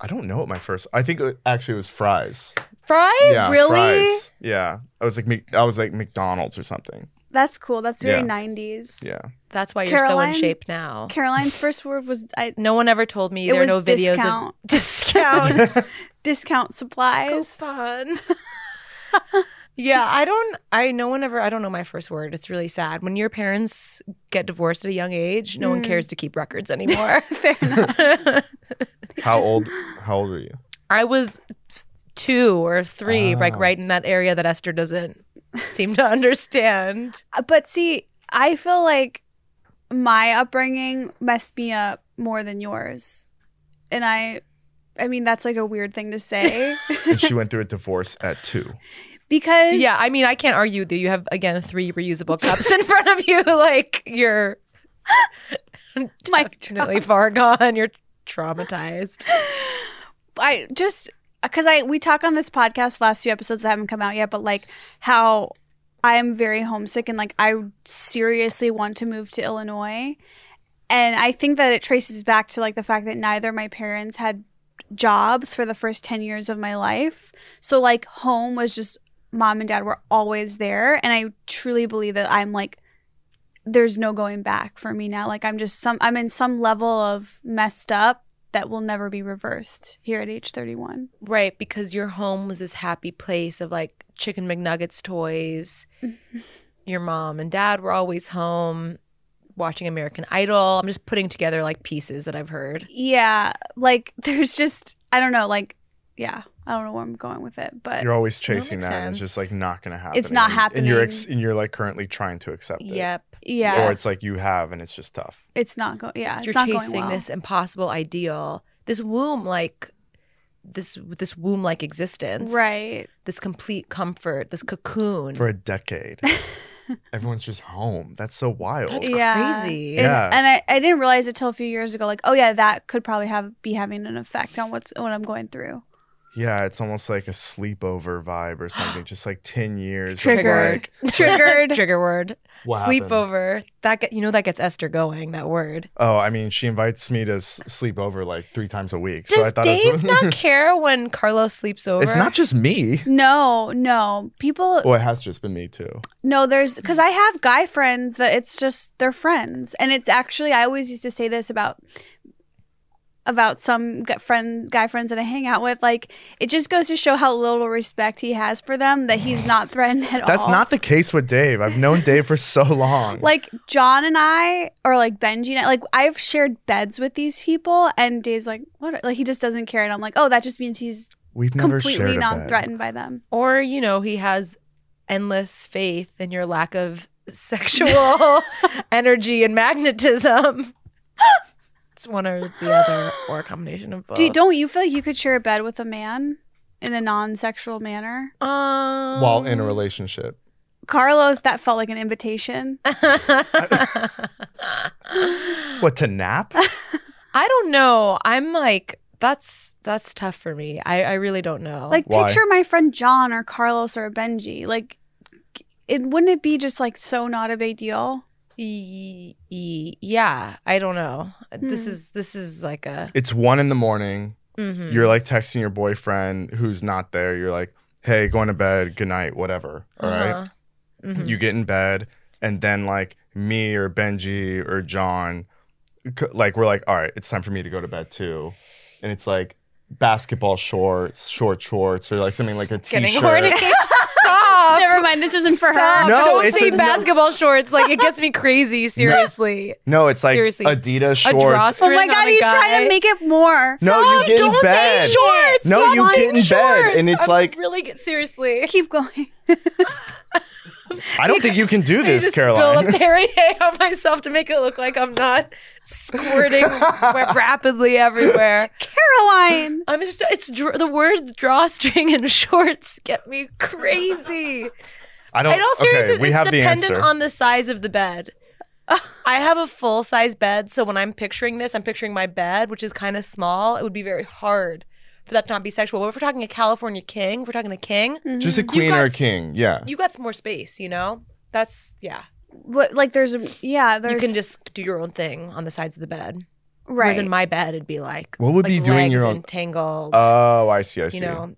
Speaker 3: I don't know what my first. I think it actually it was fries.
Speaker 2: Fries?
Speaker 3: Yeah,
Speaker 2: really?
Speaker 3: Fries. Yeah, I was like Mc- I was like McDonald's or something.
Speaker 1: That's cool. That's very
Speaker 3: Yeah.
Speaker 1: 90s.
Speaker 3: Yeah.
Speaker 2: That's why you're so
Speaker 1: Caroline?
Speaker 2: in shape now.
Speaker 1: Caroline's first word was I,
Speaker 2: no one ever told me
Speaker 1: it
Speaker 2: there are
Speaker 1: was
Speaker 2: no videos
Speaker 1: discount.
Speaker 2: of discount.
Speaker 1: Discount supplies.
Speaker 2: fun. yeah, I don't. I no one ever. I don't know my first word. It's really sad when your parents get divorced at a young age. No one
Speaker 1: Mm.
Speaker 2: cares to keep records anymore.
Speaker 1: Fair enough.
Speaker 3: How
Speaker 1: Just-
Speaker 3: old? How old were you?
Speaker 2: I was two or three, like
Speaker 3: Ah.
Speaker 2: right in that area that Esther doesn't seem to understand.
Speaker 1: Uh, But see, I feel like my upbringing messed me up more than yours. And I I mean that's like a weird thing to say
Speaker 3: And she went through a divorce at two.
Speaker 1: because
Speaker 2: Yeah, I mean, I can't argue with you. You have again three reusable cups in front of you. Like you're
Speaker 1: my
Speaker 2: definitely far gone. You're traumatized.
Speaker 1: I just because I we talk on this podcast last few episodes that haven't come out yet, but like how I am very homesick and like I seriously want to move to Illinois, and I think that it traces back to like the fact that neither of my parents had jobs for the first ten years of my life, so like home was just mom and dad were always there, and I truly believe that I'm like there's no going back for me now. Like I'm just some I'm in some level of messed up that will never be reversed here at age 31.
Speaker 2: Right, because your home was this happy place of like chicken McNuggets toys. your mom and dad were always home watching American Idol. I'm just putting together like pieces that I've heard.
Speaker 1: Yeah, like there's just I don't know, like yeah, I don't know where I'm going with it, but
Speaker 3: You're always chasing
Speaker 2: makes
Speaker 3: that, and it's just
Speaker 2: sense.
Speaker 3: like not gonna happen.
Speaker 1: It's not
Speaker 3: And you're ex-
Speaker 1: happening.
Speaker 3: and you're like currently trying to accept it.
Speaker 2: Yep.
Speaker 1: yeah,
Speaker 3: Or it's like you have, and it's just tough.
Speaker 1: it's not going yeah, it's
Speaker 2: You're
Speaker 1: not going
Speaker 2: chasing
Speaker 1: well.
Speaker 2: this impossible ideal. This womb like this this womb like existence.
Speaker 1: Right.
Speaker 2: This complete comfort, this cocoon.
Speaker 3: For a decade, everyone's just home. That's so wild.
Speaker 2: That's
Speaker 1: Yeah.
Speaker 2: crazy.
Speaker 1: And-
Speaker 3: Yeah.
Speaker 1: And, I, I didn't realize it till a few years ago like, oh yeah, that could probably have be having an effect on what's what I'm going through.
Speaker 3: Yeah, it's almost like a sleepover vibe or something. Just like ten years
Speaker 2: Triggered.
Speaker 3: of like
Speaker 2: Triggered. Trigger word.
Speaker 3: what happened?
Speaker 2: Sleepover. That get, you know that gets Esther going. That word.
Speaker 3: Oh, I mean, she invites me to s- sleep over like three times a week. so I
Speaker 2: Does
Speaker 3: thought it
Speaker 2: Dave
Speaker 3: was,
Speaker 2: not care when Carlos sleeps over?
Speaker 3: it's not just me.
Speaker 1: No, no. People
Speaker 3: Well, it has just been me too.
Speaker 1: No, there's because I have guy friends that it's just they're friends, and it's actually I always used to say this about about some gu- friend guy friends that I hang out with. Like it just goes to show how little respect he has for them that he's not threatened at
Speaker 3: That's
Speaker 1: all.
Speaker 3: not the case with Dave. I've known Dave for so long.
Speaker 1: like John and I or like Benji and I, like I've shared beds with these people, and Dave's like what like he just doesn't care, and I'm like oh that just means he's
Speaker 3: We've never
Speaker 1: completely
Speaker 3: shared a bed.
Speaker 1: non-threatened by them.
Speaker 2: Or you know he has endless faith in your lack of sexual energy and magnetism. it's one or the other, or a combination of both.
Speaker 1: Do, don't you feel like you could share a bed with a man in a non-sexual manner?
Speaker 2: um,
Speaker 3: While in a relationship,
Speaker 1: Carlos, that felt like an invitation.
Speaker 3: what to nap?
Speaker 2: I don't know. I'm like that's that's tough for me. I I really don't know.
Speaker 1: Like
Speaker 3: Why?
Speaker 1: picture my friend John or Carlos or Benji. Like it wouldn't it be just like so not a big deal?
Speaker 2: Y- y- yeah, I don't know. This
Speaker 1: Hmm.
Speaker 2: is this is like a
Speaker 3: It's one in the morning.
Speaker 2: mhm.
Speaker 3: You're like texting your boyfriend who's not there. You're like, hey, going to bed. Good night. Whatever. All right.
Speaker 2: Uh-huh.
Speaker 1: Mm-hmm.
Speaker 2: Mhm.
Speaker 3: You get in bed, and then like me or Benji or John, c- like we're like, all right, it's time for me to go to bed too. And it's like basketball shorts, short shorts, or like something like a t
Speaker 2: Getting horny.
Speaker 3: shirt.
Speaker 2: Stop.
Speaker 1: Never mind, this isn't for
Speaker 2: Stop.
Speaker 1: her.
Speaker 3: No,
Speaker 2: Don't
Speaker 3: it's
Speaker 2: say
Speaker 3: a- no.
Speaker 2: basketball shorts. Like it gets me crazy. Seriously.
Speaker 3: No, it's like
Speaker 2: Seriously.
Speaker 3: Adidas
Speaker 2: A
Speaker 3: shorts.
Speaker 1: Oh my
Speaker 2: drawstring on
Speaker 1: god,
Speaker 2: a
Speaker 1: he's
Speaker 2: guy.
Speaker 1: trying to make it more.
Speaker 3: No, you get in
Speaker 2: don't
Speaker 3: bed.
Speaker 2: Say shorts.
Speaker 3: No,
Speaker 2: Stop
Speaker 3: you get
Speaker 2: saying
Speaker 3: in bed, and
Speaker 2: shorts.
Speaker 3: it's
Speaker 2: I'm
Speaker 3: like-
Speaker 2: really get- seriously.
Speaker 1: Keep going.
Speaker 3: I don't think you can do
Speaker 2: I
Speaker 3: this,
Speaker 2: just spilled
Speaker 3: Caroline.
Speaker 2: a Perrier on myself to make it look like I'm not squirting ra- rapidly everywhere.
Speaker 1: Caroline.
Speaker 2: I'm just it's dr- the word drawstring and shorts get me crazy.
Speaker 3: I don't.
Speaker 2: In all seriousness,
Speaker 3: okay, we
Speaker 2: it's
Speaker 3: have the
Speaker 2: dependent
Speaker 3: answer.
Speaker 2: on the size of the bed. I have a full size bed, so when I'm picturing this, I'm picturing my bed, which is kind of small. It would be very hard for that to not be sexual. But if we're talking a California king, if we're talking a king,
Speaker 3: Just a queen
Speaker 2: got
Speaker 3: or a
Speaker 2: s-
Speaker 3: king. Yeah.
Speaker 2: you got some more space, you know? That's, yeah.
Speaker 1: What like there's a yeah, there's
Speaker 2: You can just do your own thing on the sides of the bed. Whereas
Speaker 1: right.
Speaker 2: in my bed, it'd be like,
Speaker 3: What would
Speaker 2: like
Speaker 3: be doing your
Speaker 2: legs
Speaker 3: own-
Speaker 2: entangled,
Speaker 3: Oh, I see. I see.
Speaker 2: you know?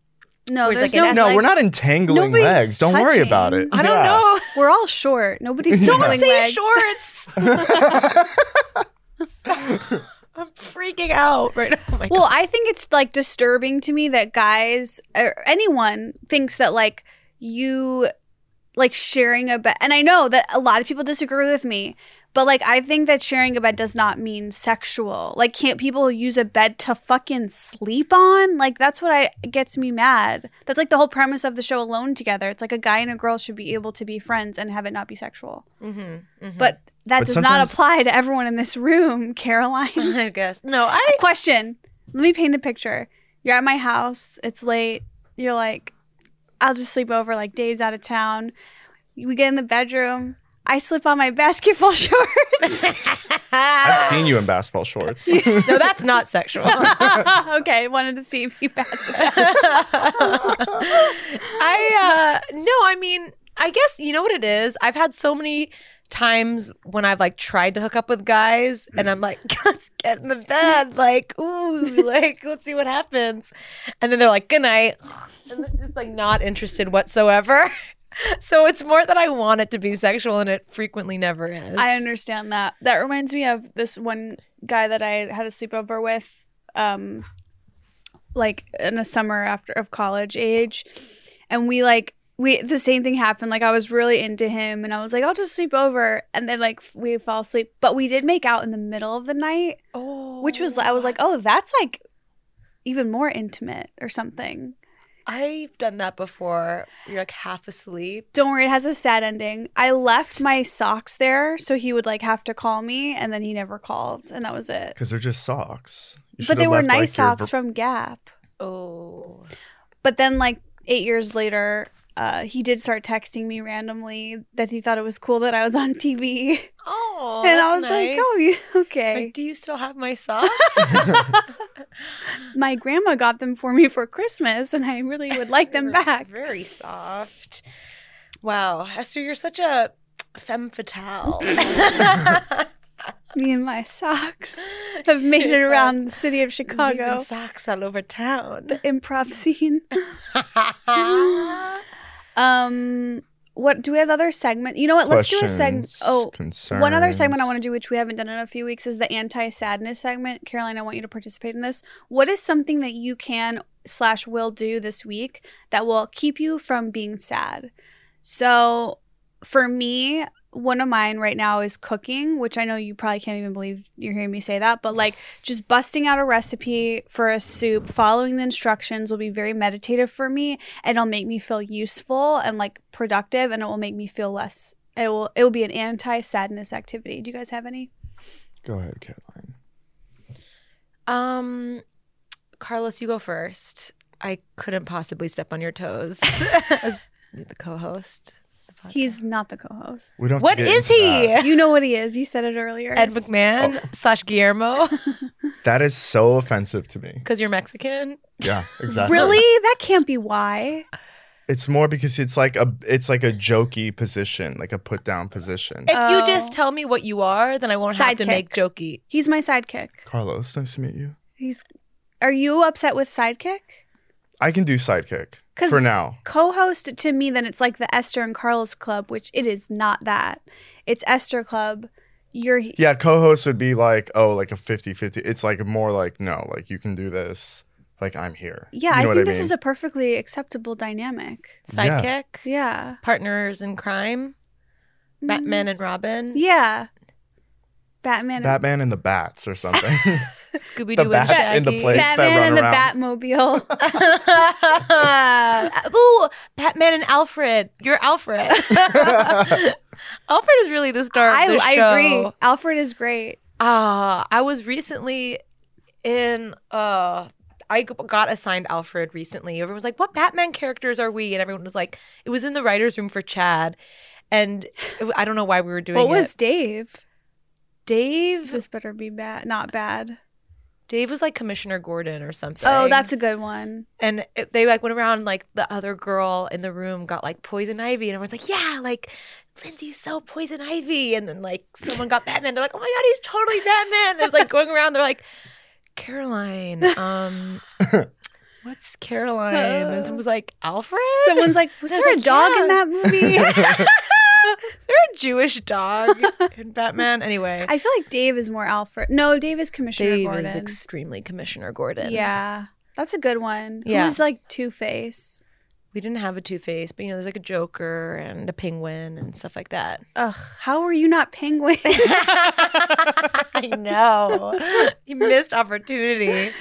Speaker 1: no,
Speaker 2: where's,
Speaker 1: there's
Speaker 2: like,
Speaker 1: no
Speaker 2: an
Speaker 3: no,
Speaker 2: like-
Speaker 3: we're not entangling
Speaker 1: Nobody's
Speaker 3: legs. Don't worry about it.
Speaker 1: touching.
Speaker 2: I don't
Speaker 3: Yeah.
Speaker 2: know.
Speaker 1: We're all short. Nobody's
Speaker 3: Don't
Speaker 1: doing
Speaker 2: Say
Speaker 1: legs.
Speaker 2: shorts. Stop. I'm freaking out right now. Oh my
Speaker 1: Well, I think it's like disturbing to me that guys or anyone thinks that like you like sharing a bed. And I know that a lot of people disagree with me, but like I think that sharing a bed does not mean sexual. Like can't people use a bed to fucking sleep on? Like that's what I gets me mad. That's like the whole premise of the show Alone Together. It's like a guy and a girl should be able to be friends and have it not be sexual.
Speaker 2: Mm-hmm,
Speaker 1: But that
Speaker 3: But
Speaker 1: does not
Speaker 3: sometimes-
Speaker 1: apply to everyone in this room, Caroline.
Speaker 2: I guess no. I
Speaker 1: question. Let me paint a picture. You're at my house. It's late. You're like, I'll just sleep over. Like Dave's out of town. We get in the bedroom. I slip on my basketball shorts.
Speaker 3: I've seen you in basketball shorts.
Speaker 2: no, that's not sexual.
Speaker 1: okay, wanted to see if you passed.
Speaker 2: I uh no, I mean, I guess you know what it is. I've had so many times when I've like tried to hook up with guys and I'm like, let's get in the bed, like, ooh, like let's see what happens. And then they're like, good night. And they're just like not interested whatsoever. So it's more that I want it to be sexual and it frequently never is.
Speaker 1: I understand that. That reminds me of this one guy that I had a sleepover with, um, like in a summer after of college age, and we like we the same thing happened. Like I was really into him, and I was like, I'll just sleep over, and then like we fall asleep, but we did make out in the middle of the night,
Speaker 2: Oh.
Speaker 1: which was I was like, oh, that's like even more intimate or something.
Speaker 2: I've done that before. You're like half asleep.
Speaker 1: Don't worry, it has a sad ending. I left my socks there, so he would like have to call me, and then he never called, and that was it.
Speaker 3: Because they're just socks. You
Speaker 1: but
Speaker 3: should've
Speaker 1: they were
Speaker 3: left, like,
Speaker 1: nice
Speaker 3: your
Speaker 1: socks
Speaker 3: ver-
Speaker 1: from Gap.
Speaker 2: Oh.
Speaker 1: But then, like eight years later, uh, he did start texting me randomly that he thought it was cool that I was on TV,
Speaker 2: Oh.
Speaker 1: and I was
Speaker 2: that's
Speaker 1: like,
Speaker 2: nice.
Speaker 1: "Oh, you- okay."
Speaker 2: Like, do you still have my socks?
Speaker 1: My grandma got them for me for Christmas, and I really would like them
Speaker 2: They're
Speaker 1: back.
Speaker 2: Very soft. Wow, Esther, you're such a femme fatale.
Speaker 1: Me and my socks have made it
Speaker 2: Your
Speaker 1: around the city of
Speaker 2: Leaving
Speaker 1: Chicago
Speaker 2: socks all over town.
Speaker 1: improv scene.
Speaker 2: I
Speaker 1: Um, what do we have other segment? You know what? Let's do a segment.
Speaker 3: Questions,
Speaker 1: Oh, One other segment I
Speaker 3: concerns.
Speaker 1: want to do, which we haven't done in a few weeks, is the anti-sadness segment. Caroline, I want you to participate in this. What is something that you can slash will do this week that will keep you from being sad? So, for me, one of mine right now is cooking, which I know you probably can't even believe you're hearing me say that, but like just busting out a recipe for a soup, following the instructions will be very meditative for me, and it'll make me feel useful and like productive, and it will make me feel less it will it will be an anti sadness activity. Do you guys have any?
Speaker 3: Go ahead, Caroline.
Speaker 2: Um, Carlos, you go first. I couldn't possibly step on your toes as the co-host of podcast.
Speaker 1: He's not the co-host.
Speaker 3: We don't. Have
Speaker 2: What
Speaker 3: to get
Speaker 2: is
Speaker 3: into
Speaker 2: he?
Speaker 3: That. Oh.
Speaker 1: You know what he is. You said it earlier.
Speaker 2: Ed McMahon slash Guillermo
Speaker 3: that is so offensive to me.
Speaker 2: because you're Mexican.
Speaker 3: Yeah, exactly.
Speaker 1: really? That can't be why.
Speaker 3: It's more because it's like a it's like a jokey position, like a put down position.
Speaker 2: If you
Speaker 1: Oh.
Speaker 2: just tell me what you are, then I won't have to
Speaker 1: Sidekick.
Speaker 2: make jokey.
Speaker 1: He's my sidekick.
Speaker 3: Carlos, nice to meet you.
Speaker 1: He's. Are you upset with sidekick?
Speaker 3: I can do sidekick
Speaker 1: 'Cause-
Speaker 3: for now.
Speaker 1: Co-host to me, then it's like the Esther and Carlos Club, which it is not that. It's Esther Club. You're.
Speaker 3: Yeah, co-host would be like, oh, like a 50-50. It's like more like no, like you can do this. Like I'm here.
Speaker 1: Yeah,
Speaker 3: You know
Speaker 1: I
Speaker 3: what
Speaker 1: think this
Speaker 3: mean?
Speaker 1: is a perfectly acceptable dynamic.
Speaker 3: Yeah.
Speaker 2: Sidekick,
Speaker 1: Yeah.
Speaker 2: partners in crime,
Speaker 1: Mm.
Speaker 2: Batman and Robin,
Speaker 1: Yeah. Batman. and
Speaker 3: Batman and the Bats or something.
Speaker 2: Scooby
Speaker 3: The
Speaker 2: Doo and
Speaker 3: bats
Speaker 2: Shaggy.
Speaker 3: in the place. that
Speaker 1: Batman
Speaker 3: run
Speaker 1: and the
Speaker 3: around.
Speaker 1: Batmobile.
Speaker 2: Ooh, Batman and Alfred. You're Alfred. Alfred is really the star of
Speaker 1: I,
Speaker 2: the show.
Speaker 1: I agree. Alfred is great.
Speaker 2: Uh, I was recently in. Uh, I g- got assigned Alfred recently. Everyone was like, "What Batman characters are we?" And everyone was like, "It was in the writers' room for Chad." And it w- I don't know why we were doing
Speaker 1: What
Speaker 2: it.
Speaker 1: was Dave?
Speaker 2: Dave?
Speaker 1: This better be bad, not bad.
Speaker 2: Dave was like Commissioner Gordon or something.
Speaker 1: Oh, that's a good one.
Speaker 2: and it- they like went around like the other girl in the room got like poison ivy and everyone's like yeah like lindsay's so poison ivy and then like someone got batman they're like oh my god he's totally batman and it's like going around they're like caroline um what's caroline and someone was like alfred
Speaker 1: Someone's like, was
Speaker 2: I was
Speaker 1: there a
Speaker 2: like,
Speaker 1: dog
Speaker 2: yeah.
Speaker 1: in that movie?
Speaker 2: is there a jewish dog in batman anyway
Speaker 1: I feel like Dave is more Alfred. No, Dave is Commissioner
Speaker 2: dave
Speaker 1: Gordon.
Speaker 2: is extremely commissioner gordon
Speaker 1: yeah, that's a good one.
Speaker 2: Yeah.
Speaker 1: Who's like Two Face?
Speaker 2: we didn't have a two-face but you know there's like a joker and a penguin and stuff like that
Speaker 1: Ugh, how are you not Penguin?
Speaker 2: I know. You missed opportunity.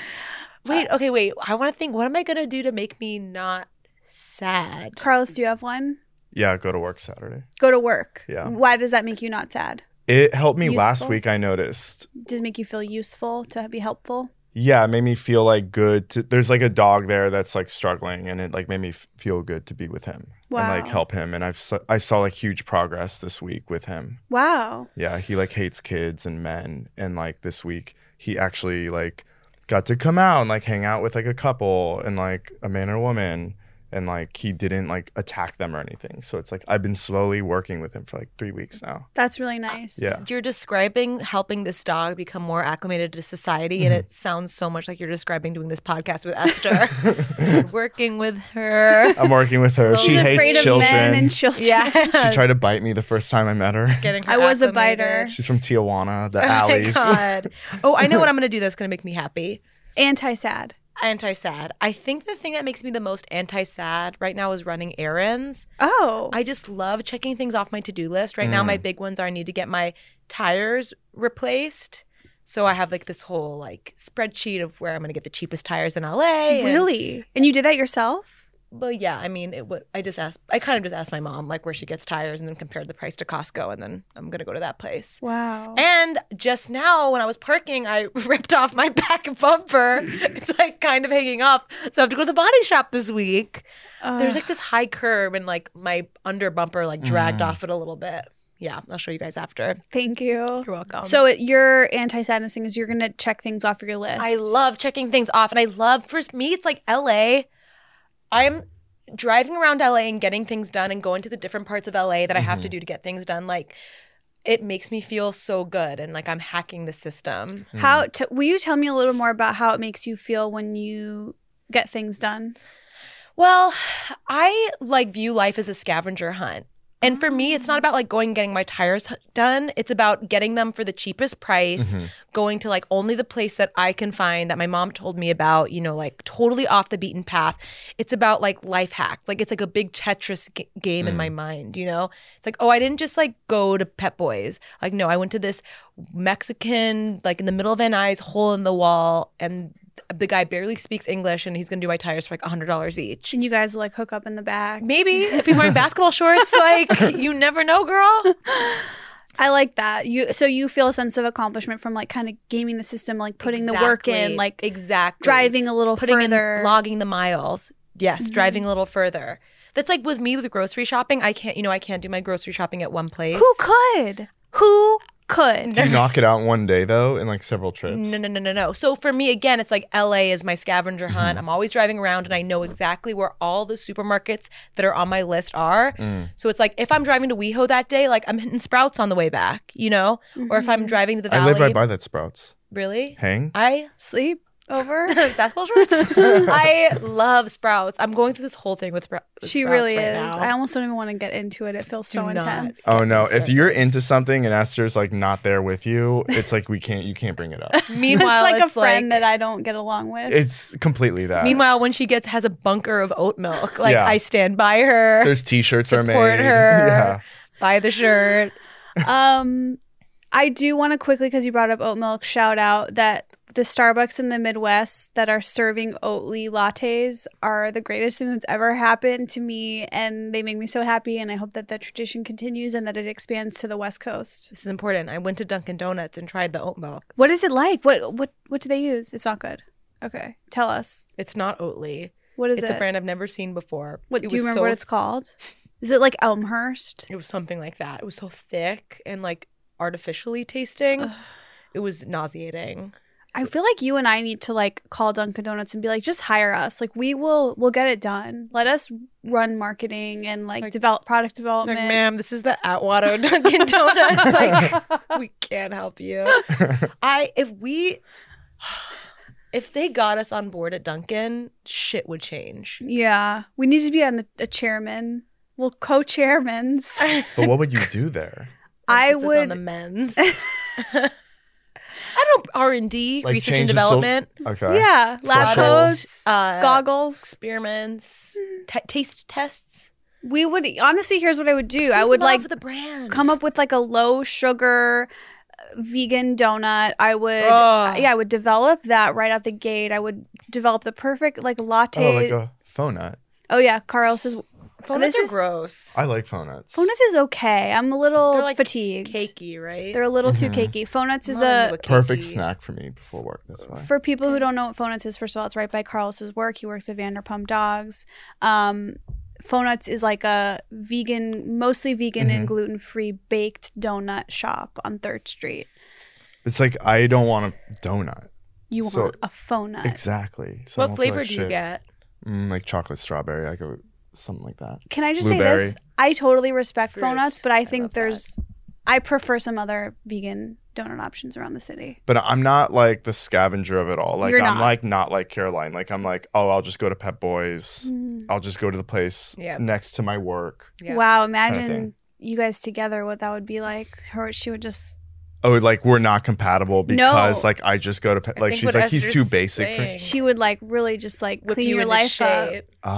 Speaker 2: Wait, okay, wait. I want to think what am I going to do to make me not sad?
Speaker 1: Carlos, do you have one?
Speaker 3: yeah, go to work Saturday.
Speaker 1: Go to work.
Speaker 3: Yeah.
Speaker 1: Why does that make you not sad?
Speaker 3: It helped me last
Speaker 1: Useful.
Speaker 3: week. I noticed.
Speaker 1: Did it make you feel useful to be helpful?
Speaker 3: Yeah, it made me feel like good. To, there's like a dog there that's like struggling, and it like made me f- feel good to be with him and like
Speaker 1: Wow.
Speaker 3: help him. And I've s- I saw like huge progress this week with him.
Speaker 1: Wow.
Speaker 3: Yeah, he like hates kids and men, and like this week he actually like got to come out and like hang out with like a couple and like a man and a woman, and like he didn't like attack them or anything. So it's like I've been slowly working with him for like three weeks now.
Speaker 1: That's really nice.
Speaker 3: Yeah.
Speaker 2: You're describing helping this dog become more acclimated to society, and it sounds so much like you're describing doing this podcast with Esther, working with her.
Speaker 3: I'm working with her.
Speaker 2: Slowly.
Speaker 3: she
Speaker 1: She's
Speaker 3: hates
Speaker 1: afraid
Speaker 3: children.
Speaker 1: of men and children.
Speaker 2: Yeah.
Speaker 3: she tried to bite me the first time I met her.
Speaker 2: Getting her
Speaker 1: I was a biter.
Speaker 2: acclimated.
Speaker 3: She's from Tijuana, the
Speaker 2: Oh my
Speaker 3: alleys.
Speaker 2: God. Oh, I know what I'm going to do that's going to make me happy.
Speaker 1: Anti sad.
Speaker 2: anti sad. I think the thing that makes me the most anti sad right now is running errands.
Speaker 1: Oh.
Speaker 2: I just love checking things off my to do list. Right now,
Speaker 3: Mm.
Speaker 2: my big ones are I need to get my tires replaced. So I have like this whole like spreadsheet of where I'm gonna get the cheapest tires in LA. and-
Speaker 1: really? And you did that yourself?
Speaker 2: well, yeah. I mean, it, wa- I just asked. I kind of just asked my mom like where she gets tires, and then compared the price to Costco, and then I'm gonna go to that place.
Speaker 1: Wow.
Speaker 2: And just now, when I was parking, I ripped off my back bumper. It's like kind of hanging up. So I have to go to the body shop this week. There's like this high curb, and like my under bumper like dragged
Speaker 3: Mm.
Speaker 2: off it a little bit. Yeah, I'll show you guys after.
Speaker 1: thank you.
Speaker 2: You're welcome. So
Speaker 1: Um, So it, your anti sadness thing is you're gonna check things off your list.
Speaker 2: I love checking things off, and I love for me, it's like LA. I'm driving around LA and getting things done, and going to the different parts of LA that I have to do to get things done. Like, it makes me feel so good, and like I'm hacking the system.
Speaker 3: Mm-hmm. Hmm.
Speaker 1: how. T- will you tell me a little more about how it makes you feel when you get things done?
Speaker 2: Well, I like view life as a scavenger hunt. And for me, it's not about like going and getting my tires h- done. It's about getting them for the cheapest price,
Speaker 3: Mhm.
Speaker 2: going to like only the place that I can find that my mom told me about, you know, like totally off the beaten path. It's about like life hacks. Like it's like a big Tetris g- game in my mind, you know? It's like, oh, I didn't just like go to Pet Boys. Like, no, I went to this Mexican, like in the middle of Van Nuys, hole in the wall. And the guy barely speaks English and he's going to do my tires for like $100 each.
Speaker 1: And you guys like hook up in the back.
Speaker 2: Maybe if you're wearing basketball shorts, like you never know, girl.
Speaker 1: I like that. You so you feel a sense of accomplishment from like kind of gaming the system, like putting the work in,
Speaker 2: Exactly.
Speaker 1: like
Speaker 2: exactly
Speaker 1: driving a little
Speaker 2: putting
Speaker 1: further. Mm-hmm.
Speaker 2: in, logging the miles. Yes, driving a little further. That's like with me with grocery shopping. I can't, you know, I can't do my grocery shopping at one place.
Speaker 1: Who could? Who could?
Speaker 3: Do you knock it out in one day though, in like several trips?
Speaker 2: No, no, no, no, no. So for me, again, it's like LA is my scavenger
Speaker 3: Mm-hmm.
Speaker 2: hunt. I'm always driving around and I know exactly where all the supermarkets that are on my list are.
Speaker 3: Mm.
Speaker 2: So it's like if I'm driving to WeHo that day, like I'm hitting Sprouts on the way back, you know? Or if
Speaker 1: Mm-hmm.
Speaker 2: I'm driving to the
Speaker 3: I
Speaker 2: Valley.
Speaker 3: live right by that Sprouts.
Speaker 2: really?
Speaker 3: Hang.
Speaker 2: I sleep
Speaker 1: over,
Speaker 2: basketball shorts. I love Sprouts. I'm going through this whole thing with, Spr- with
Speaker 1: she
Speaker 2: Sprouts
Speaker 1: really
Speaker 2: right
Speaker 1: is.
Speaker 2: now.
Speaker 1: I almost don't even want to get into it. It feels
Speaker 2: Do
Speaker 1: so
Speaker 2: not.
Speaker 1: intense.
Speaker 3: Oh no!
Speaker 2: Start.
Speaker 3: If you're into something and Esther's like not there with you, it's like we can't. You can't bring it up.
Speaker 2: Meanwhile,
Speaker 1: it's like a friend that I don't get along with.
Speaker 3: It's completely that.
Speaker 2: Meanwhile, when she gets has a bunker of oat milk, like
Speaker 3: Yeah.
Speaker 2: I stand by her,
Speaker 3: there's T-shirts are made.
Speaker 2: Support her.
Speaker 3: Yeah.
Speaker 2: buy the shirt.
Speaker 1: um, I do want to quickly, because you brought up oat milk, shout out that the Starbucks in the Midwest that are serving Oatly lattes are the greatest thing that's ever happened to me, and they make me so happy. And I hope that that tradition continues and that it expands to the West Coast.
Speaker 2: This is important. I went to Dunkin' Donuts and tried the oat milk.
Speaker 1: What is it like? What what what do they use? It's not good. Okay, tell us.
Speaker 2: It's not Oatly.
Speaker 1: What is
Speaker 2: it's
Speaker 1: it?
Speaker 2: a brand I've never seen before.
Speaker 1: what
Speaker 2: It
Speaker 1: do you
Speaker 2: was
Speaker 1: remember?
Speaker 2: so-
Speaker 1: what it's called? Is it like Elmhurst?
Speaker 2: It was something like that. It was so thick and like artificially tasting.
Speaker 1: Ugh.
Speaker 2: It was nauseating.
Speaker 1: I feel like you and I need to like call Dunkin' Donuts and be like, just hire us. Like we will, we'll get it done. Let us run marketing and like,
Speaker 2: Like-
Speaker 1: develop product
Speaker 2: Like,
Speaker 1: development.
Speaker 2: ma'am, this is the Atwater Dunkin' Donuts. like, we can't help you. I if we if they got us on board at Dunkin', shit would change.
Speaker 1: yeah, we need to be on the a chairman. Well, co-chairmans.
Speaker 3: But what would you do there?
Speaker 1: I
Speaker 2: Emphasis on
Speaker 1: would.
Speaker 2: the men's. I don't R and D
Speaker 3: Like,
Speaker 2: research and
Speaker 3: change the so-
Speaker 2: development
Speaker 3: Okay.
Speaker 1: yeah, lab
Speaker 3: Social-
Speaker 1: coats,
Speaker 2: uh,
Speaker 1: goggles.
Speaker 2: experiments, t- taste tests.
Speaker 1: We would honestly. Here's what I would do. I
Speaker 2: We
Speaker 1: would like
Speaker 2: love the brand.
Speaker 1: come up with like a low sugar uh, vegan donut. I would.
Speaker 2: Ugh.
Speaker 1: Yeah, I would develop that right out the gate. I would develop the perfect like latte.
Speaker 3: Oh, like a phonut.
Speaker 1: Oh yeah, Carl says
Speaker 2: Phones
Speaker 1: This
Speaker 2: are
Speaker 1: is-
Speaker 2: gross.
Speaker 3: I like phonuts.
Speaker 1: Phonuts is okay. I'm a little
Speaker 2: They're like
Speaker 1: fatigued.
Speaker 2: Cakey, right?
Speaker 1: They're a little
Speaker 3: Mhm.
Speaker 1: too cakey. Phonuts is
Speaker 2: Not
Speaker 1: a
Speaker 2: into cakey-
Speaker 3: Perfect snack for me before work. That's why.
Speaker 1: for people who don't know what Phonuts is. First of all, it's right by Carlos's work. He works at Vanderpump Dogs. Um, Phonuts is like a vegan, mostly vegan
Speaker 3: Mm-hmm.
Speaker 1: and gluten free baked donut shop on Third Street.
Speaker 3: It's like I don't want a donut.
Speaker 1: You
Speaker 3: So-
Speaker 1: want a phonut?
Speaker 3: Exactly. So I
Speaker 2: What
Speaker 3: don't feel
Speaker 2: flavor
Speaker 3: like
Speaker 2: do you
Speaker 3: shit.
Speaker 2: get?
Speaker 3: Mm, like chocolate strawberry, like a, something like that.
Speaker 1: Can I just say this?
Speaker 3: Blueberry.
Speaker 1: I totally respect
Speaker 2: Fruit.
Speaker 1: Phonuts, but
Speaker 2: I
Speaker 1: I
Speaker 2: love
Speaker 1: think
Speaker 2: that.
Speaker 1: there's, I prefer some other vegan donut options around the city.
Speaker 3: But I'm not like the scavenger of it all. Like
Speaker 1: You're
Speaker 3: I'm
Speaker 1: not.
Speaker 3: like not like Caroline. Like I'm like, oh, I'll just go to Pep Boys. I'll just go to the place
Speaker 2: Yeah.
Speaker 3: next to my work.
Speaker 2: Mm. Yeah.
Speaker 1: Wow,
Speaker 3: of
Speaker 1: imagine
Speaker 3: thing.
Speaker 1: you guys together what that would be like. Her she would just
Speaker 3: Oh, like we're not compatible
Speaker 1: No.
Speaker 3: because like I just go to Pep.
Speaker 2: I
Speaker 3: Like
Speaker 2: think
Speaker 3: she's
Speaker 2: what
Speaker 3: like he's
Speaker 2: Esther's
Speaker 3: too basic
Speaker 2: saying.
Speaker 1: she would like really just like
Speaker 2: Whip
Speaker 1: clean
Speaker 2: you
Speaker 1: your
Speaker 2: into
Speaker 1: life up.
Speaker 2: shape.
Speaker 3: for.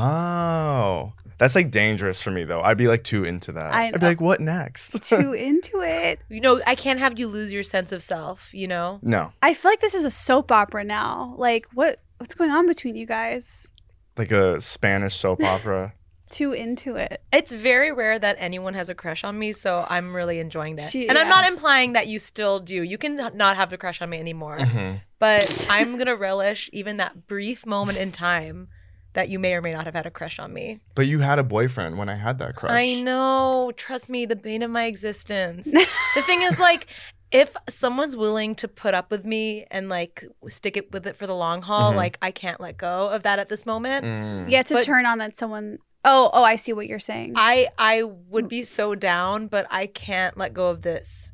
Speaker 3: Oh, that's like dangerous for me though. I'd be like too into that.
Speaker 1: I
Speaker 3: I'd be
Speaker 1: know.
Speaker 3: like, what next?
Speaker 1: Too into it.
Speaker 2: You know, I can't have you lose your sense of self. You know,
Speaker 3: no,
Speaker 1: I feel like this is a soap opera now. Like what what's going on between you guys?
Speaker 3: like a Spanish soap opera.
Speaker 1: Too into it.
Speaker 2: it's very rare that anyone has a crush on me, so I'm really enjoying this.
Speaker 1: She-
Speaker 2: and I'm
Speaker 1: yeah.
Speaker 2: not implying that you still do. You can h- not have a crush on me anymore,
Speaker 3: Mhm.
Speaker 2: but I'm gonna relish even that brief moment in time that you may or may not have had a crush on me.
Speaker 3: But you had a boyfriend when I had that crush.
Speaker 2: I know. Trust me, the bane of my existence. the thing is, like, if someone's willing to put up with me and like stick it with it for the long haul,
Speaker 3: Mhm.
Speaker 2: like I can't let go of that at this moment.
Speaker 3: Mm.
Speaker 1: You have to
Speaker 2: But-
Speaker 1: turn on that someone Oh, oh, I see what you're saying.
Speaker 2: I I
Speaker 3: Mm.
Speaker 2: would be so down, but I can't let go of this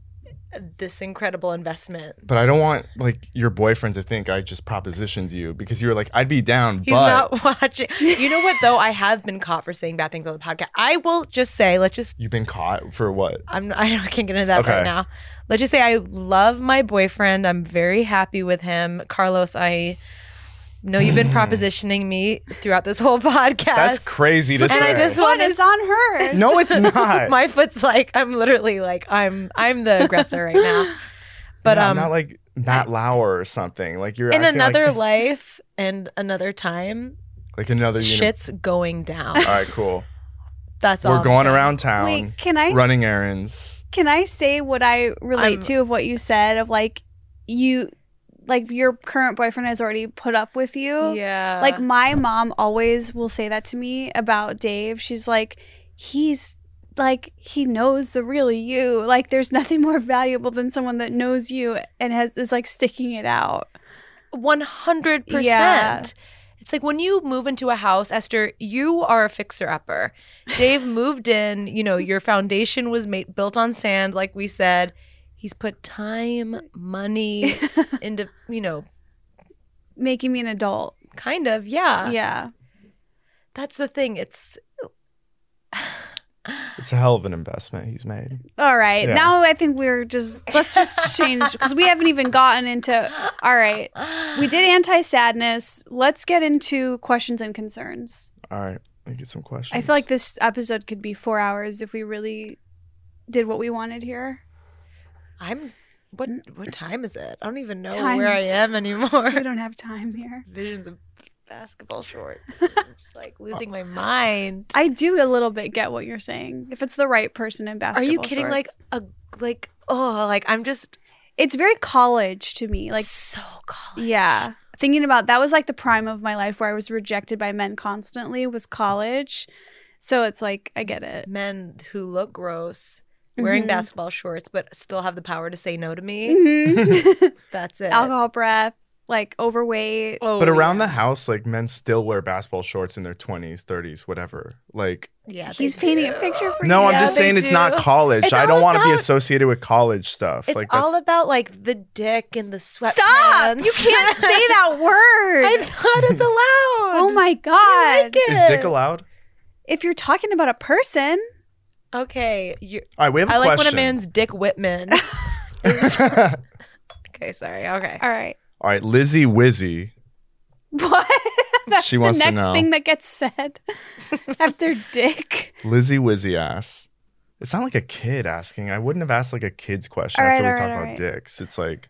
Speaker 2: this incredible investment.
Speaker 3: But I don't want like your boyfriend to think I just propositioned you because you were like, I'd be down,
Speaker 2: He's
Speaker 3: but
Speaker 2: not watching. You know what though? I have been caught for saying bad things on the podcast. I will just say, let's just
Speaker 3: you've been caught for what?
Speaker 2: I'm I can't get into that
Speaker 3: Okay.
Speaker 2: right now. Let's just say I love my boyfriend. I'm very happy with him. Carlos, I know you've been propositioning me throughout this whole podcast.
Speaker 3: Mm. That's crazy to
Speaker 2: And
Speaker 3: say.
Speaker 2: I just
Speaker 1: Fun
Speaker 2: want to
Speaker 1: is on her.
Speaker 3: no, it's not.
Speaker 2: My foot's like I'm literally like I'm I'm the aggressor right now. But
Speaker 3: Yeah, I'm
Speaker 2: um
Speaker 3: not like Matt Lauer or something. Like you're
Speaker 2: in
Speaker 3: acting
Speaker 2: another
Speaker 3: like,
Speaker 2: life and another time,
Speaker 3: like another uni-
Speaker 2: shit's going down.
Speaker 3: All right, cool.
Speaker 2: That's all.
Speaker 3: we're
Speaker 2: I'm
Speaker 3: going
Speaker 2: saying.
Speaker 3: around town,
Speaker 1: Wait, can I
Speaker 3: running errands.
Speaker 1: Can I say what I relate
Speaker 2: I'm-
Speaker 1: to of what you said of like you like your current boyfriend has already put up with you.
Speaker 2: Yeah.
Speaker 1: Like my mom always will say that to me about Dave. She's like, he's like he knows the real you. Like there's nothing more valuable than someone that knows you and has is like sticking it out.
Speaker 2: 100%.
Speaker 1: Yeah.
Speaker 2: It's like when you move into a house, Esther, you are a fixer upper. Dave moved in, you know, your foundation was made built on sand like we said. He's put time, money into, you know,
Speaker 1: Making me an adult.
Speaker 2: kind of, yeah.
Speaker 1: yeah.
Speaker 2: That's the thing. It's
Speaker 3: It's a hell of an investment he's made.
Speaker 1: All right.
Speaker 3: Yeah.
Speaker 1: Now I think we're just let's just change because we haven't even gotten into all right. We did anti sadness. Let's get into questions and concerns.
Speaker 3: All right, let me get some questions.
Speaker 1: I feel like this episode could be four hours if we really did what we wanted here.
Speaker 2: I'm what what time is it? I don't even know
Speaker 1: Time
Speaker 2: where I
Speaker 1: is-
Speaker 2: am
Speaker 1: We
Speaker 2: anymore.
Speaker 1: don't have time here.
Speaker 2: Visions of basketball shorts. I'm just like losing my mind.
Speaker 1: I do a little bit get what you're saying. If it's the right person in
Speaker 2: Are
Speaker 1: basketball,
Speaker 2: you kidding? Like
Speaker 1: shorts.
Speaker 2: a like oh like I'm just
Speaker 1: it's very college to me. Like
Speaker 2: so college.
Speaker 1: Yeah. Thinking about that was like the prime of my life where I was rejected by men constantly was college. So it's like I get it.
Speaker 2: Men who look gross wearing
Speaker 1: Mhm.
Speaker 2: basketball shorts but still have the power to say no to me.
Speaker 1: Mhm.
Speaker 2: That's it.
Speaker 1: Alcohol breath, like overweight.
Speaker 2: Oh,
Speaker 3: But around
Speaker 2: yeah.
Speaker 3: the house, like men still wear basketball shorts in their 20s, 30s, whatever. Like,
Speaker 2: yeah, they
Speaker 1: He's painting a
Speaker 2: do.
Speaker 1: picture for
Speaker 3: no,
Speaker 1: you.
Speaker 3: I'm just
Speaker 2: Oh, they
Speaker 3: saying it's
Speaker 2: do.
Speaker 3: not college.
Speaker 2: It's
Speaker 3: I
Speaker 2: all
Speaker 3: don't want to be
Speaker 2: about-
Speaker 3: associated with college stuff.
Speaker 2: It's
Speaker 3: like,
Speaker 2: all about like the dick and the sweatpants.
Speaker 1: Stop! You can't say that word.
Speaker 2: I thought it's allowed.
Speaker 1: oh my
Speaker 2: I
Speaker 1: god.
Speaker 2: like it.
Speaker 3: is dick allowed?
Speaker 1: If you're talking about a person,
Speaker 2: Okay, you
Speaker 3: All right, we have a
Speaker 2: I like when a
Speaker 3: question.
Speaker 2: man's dick Whitman.
Speaker 3: all
Speaker 2: okay, sorry. Okay.
Speaker 1: all right.
Speaker 3: right, Lizzie Wizzy.
Speaker 1: What? That's
Speaker 3: She
Speaker 1: the
Speaker 3: wants to
Speaker 1: next
Speaker 3: know.
Speaker 1: thing that gets said after dick.
Speaker 3: Lizzie Wizzy asks. It's not like a kid asking. I wouldn't have asked like a kid's question
Speaker 1: All right,
Speaker 3: after we
Speaker 1: all
Speaker 3: talk
Speaker 1: right, all
Speaker 3: about
Speaker 1: right.
Speaker 3: dicks. It's like,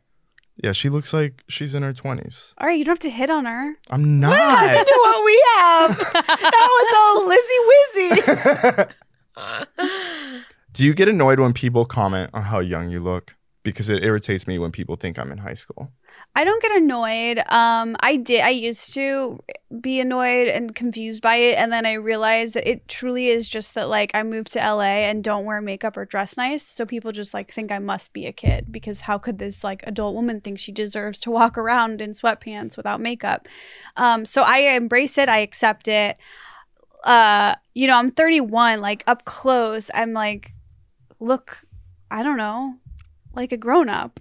Speaker 3: yeah, she looks like she's in her 20s.
Speaker 1: All right, you don't have to hit on her.
Speaker 3: I'm
Speaker 2: Look
Speaker 3: not.
Speaker 2: at what we have. now it's all Lizzie Wizzy.
Speaker 3: Do you get annoyed when people comment on how young you look? Because it irritates me when people think I'm in high school.
Speaker 1: I don't get annoyed. Um, I did. I used to be annoyed and confused by it, and then I realized that it truly is just that. Like, I moved to LA and don't wear makeup or dress nice, so people just like think I must be a kid because how could this like adult woman think she deserves to walk around in sweatpants without makeup? Um, so I embrace it. I accept it. Uh, you know, I'm 31. Like up close, I'm like, look, I don't know, like a grown up.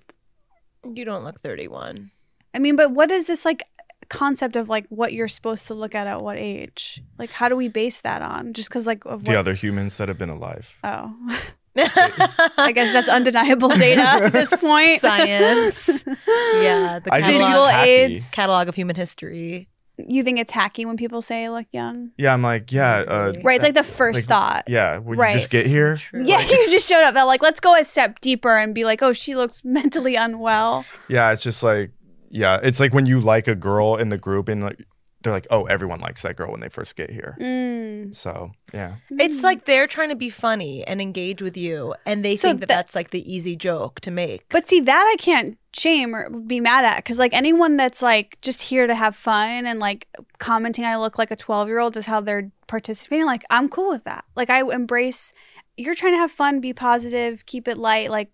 Speaker 2: you don't look 31.
Speaker 1: I mean, but what is this like concept of like what you're supposed to look at at what age? Like, how do we base that on? Just because like of what?
Speaker 3: The other humans that have been alive.
Speaker 1: Oh,
Speaker 2: I
Speaker 1: I guess that's undeniable data at this point.
Speaker 2: Science. Yeah, the
Speaker 3: I just
Speaker 1: Digital
Speaker 2: catalog,
Speaker 3: use hacky.
Speaker 1: AIDS.
Speaker 2: catalog of human history.
Speaker 1: You think it's hacky when people say I look young?
Speaker 3: Yeah, I'm like, yeah, uh,
Speaker 1: Right. It's like the first
Speaker 3: Like,
Speaker 1: thought.
Speaker 3: yeah. When
Speaker 1: Right.
Speaker 3: you just get here,
Speaker 2: True.
Speaker 1: Yeah, you just showed up. That like, let's go a step deeper and be like, oh, she looks mentally unwell.
Speaker 3: yeah, it's just like, yeah, it's like when you like a girl in the group and like they're like, oh, everyone likes that girl when they first get here.
Speaker 2: Hmm.
Speaker 1: Mm.
Speaker 3: So yeah,
Speaker 2: It's like they're trying to be funny and engage with you, and they
Speaker 1: So
Speaker 2: think that
Speaker 1: that-
Speaker 2: that's like the easy joke to make.
Speaker 1: But see, that I can't shame or be mad at because, like, anyone that's like just here to have fun and like commenting, I look like a 12 year old is how they're participating. Like, I'm cool with that. Like, I embrace you're trying to have fun, be positive, keep it light. Like,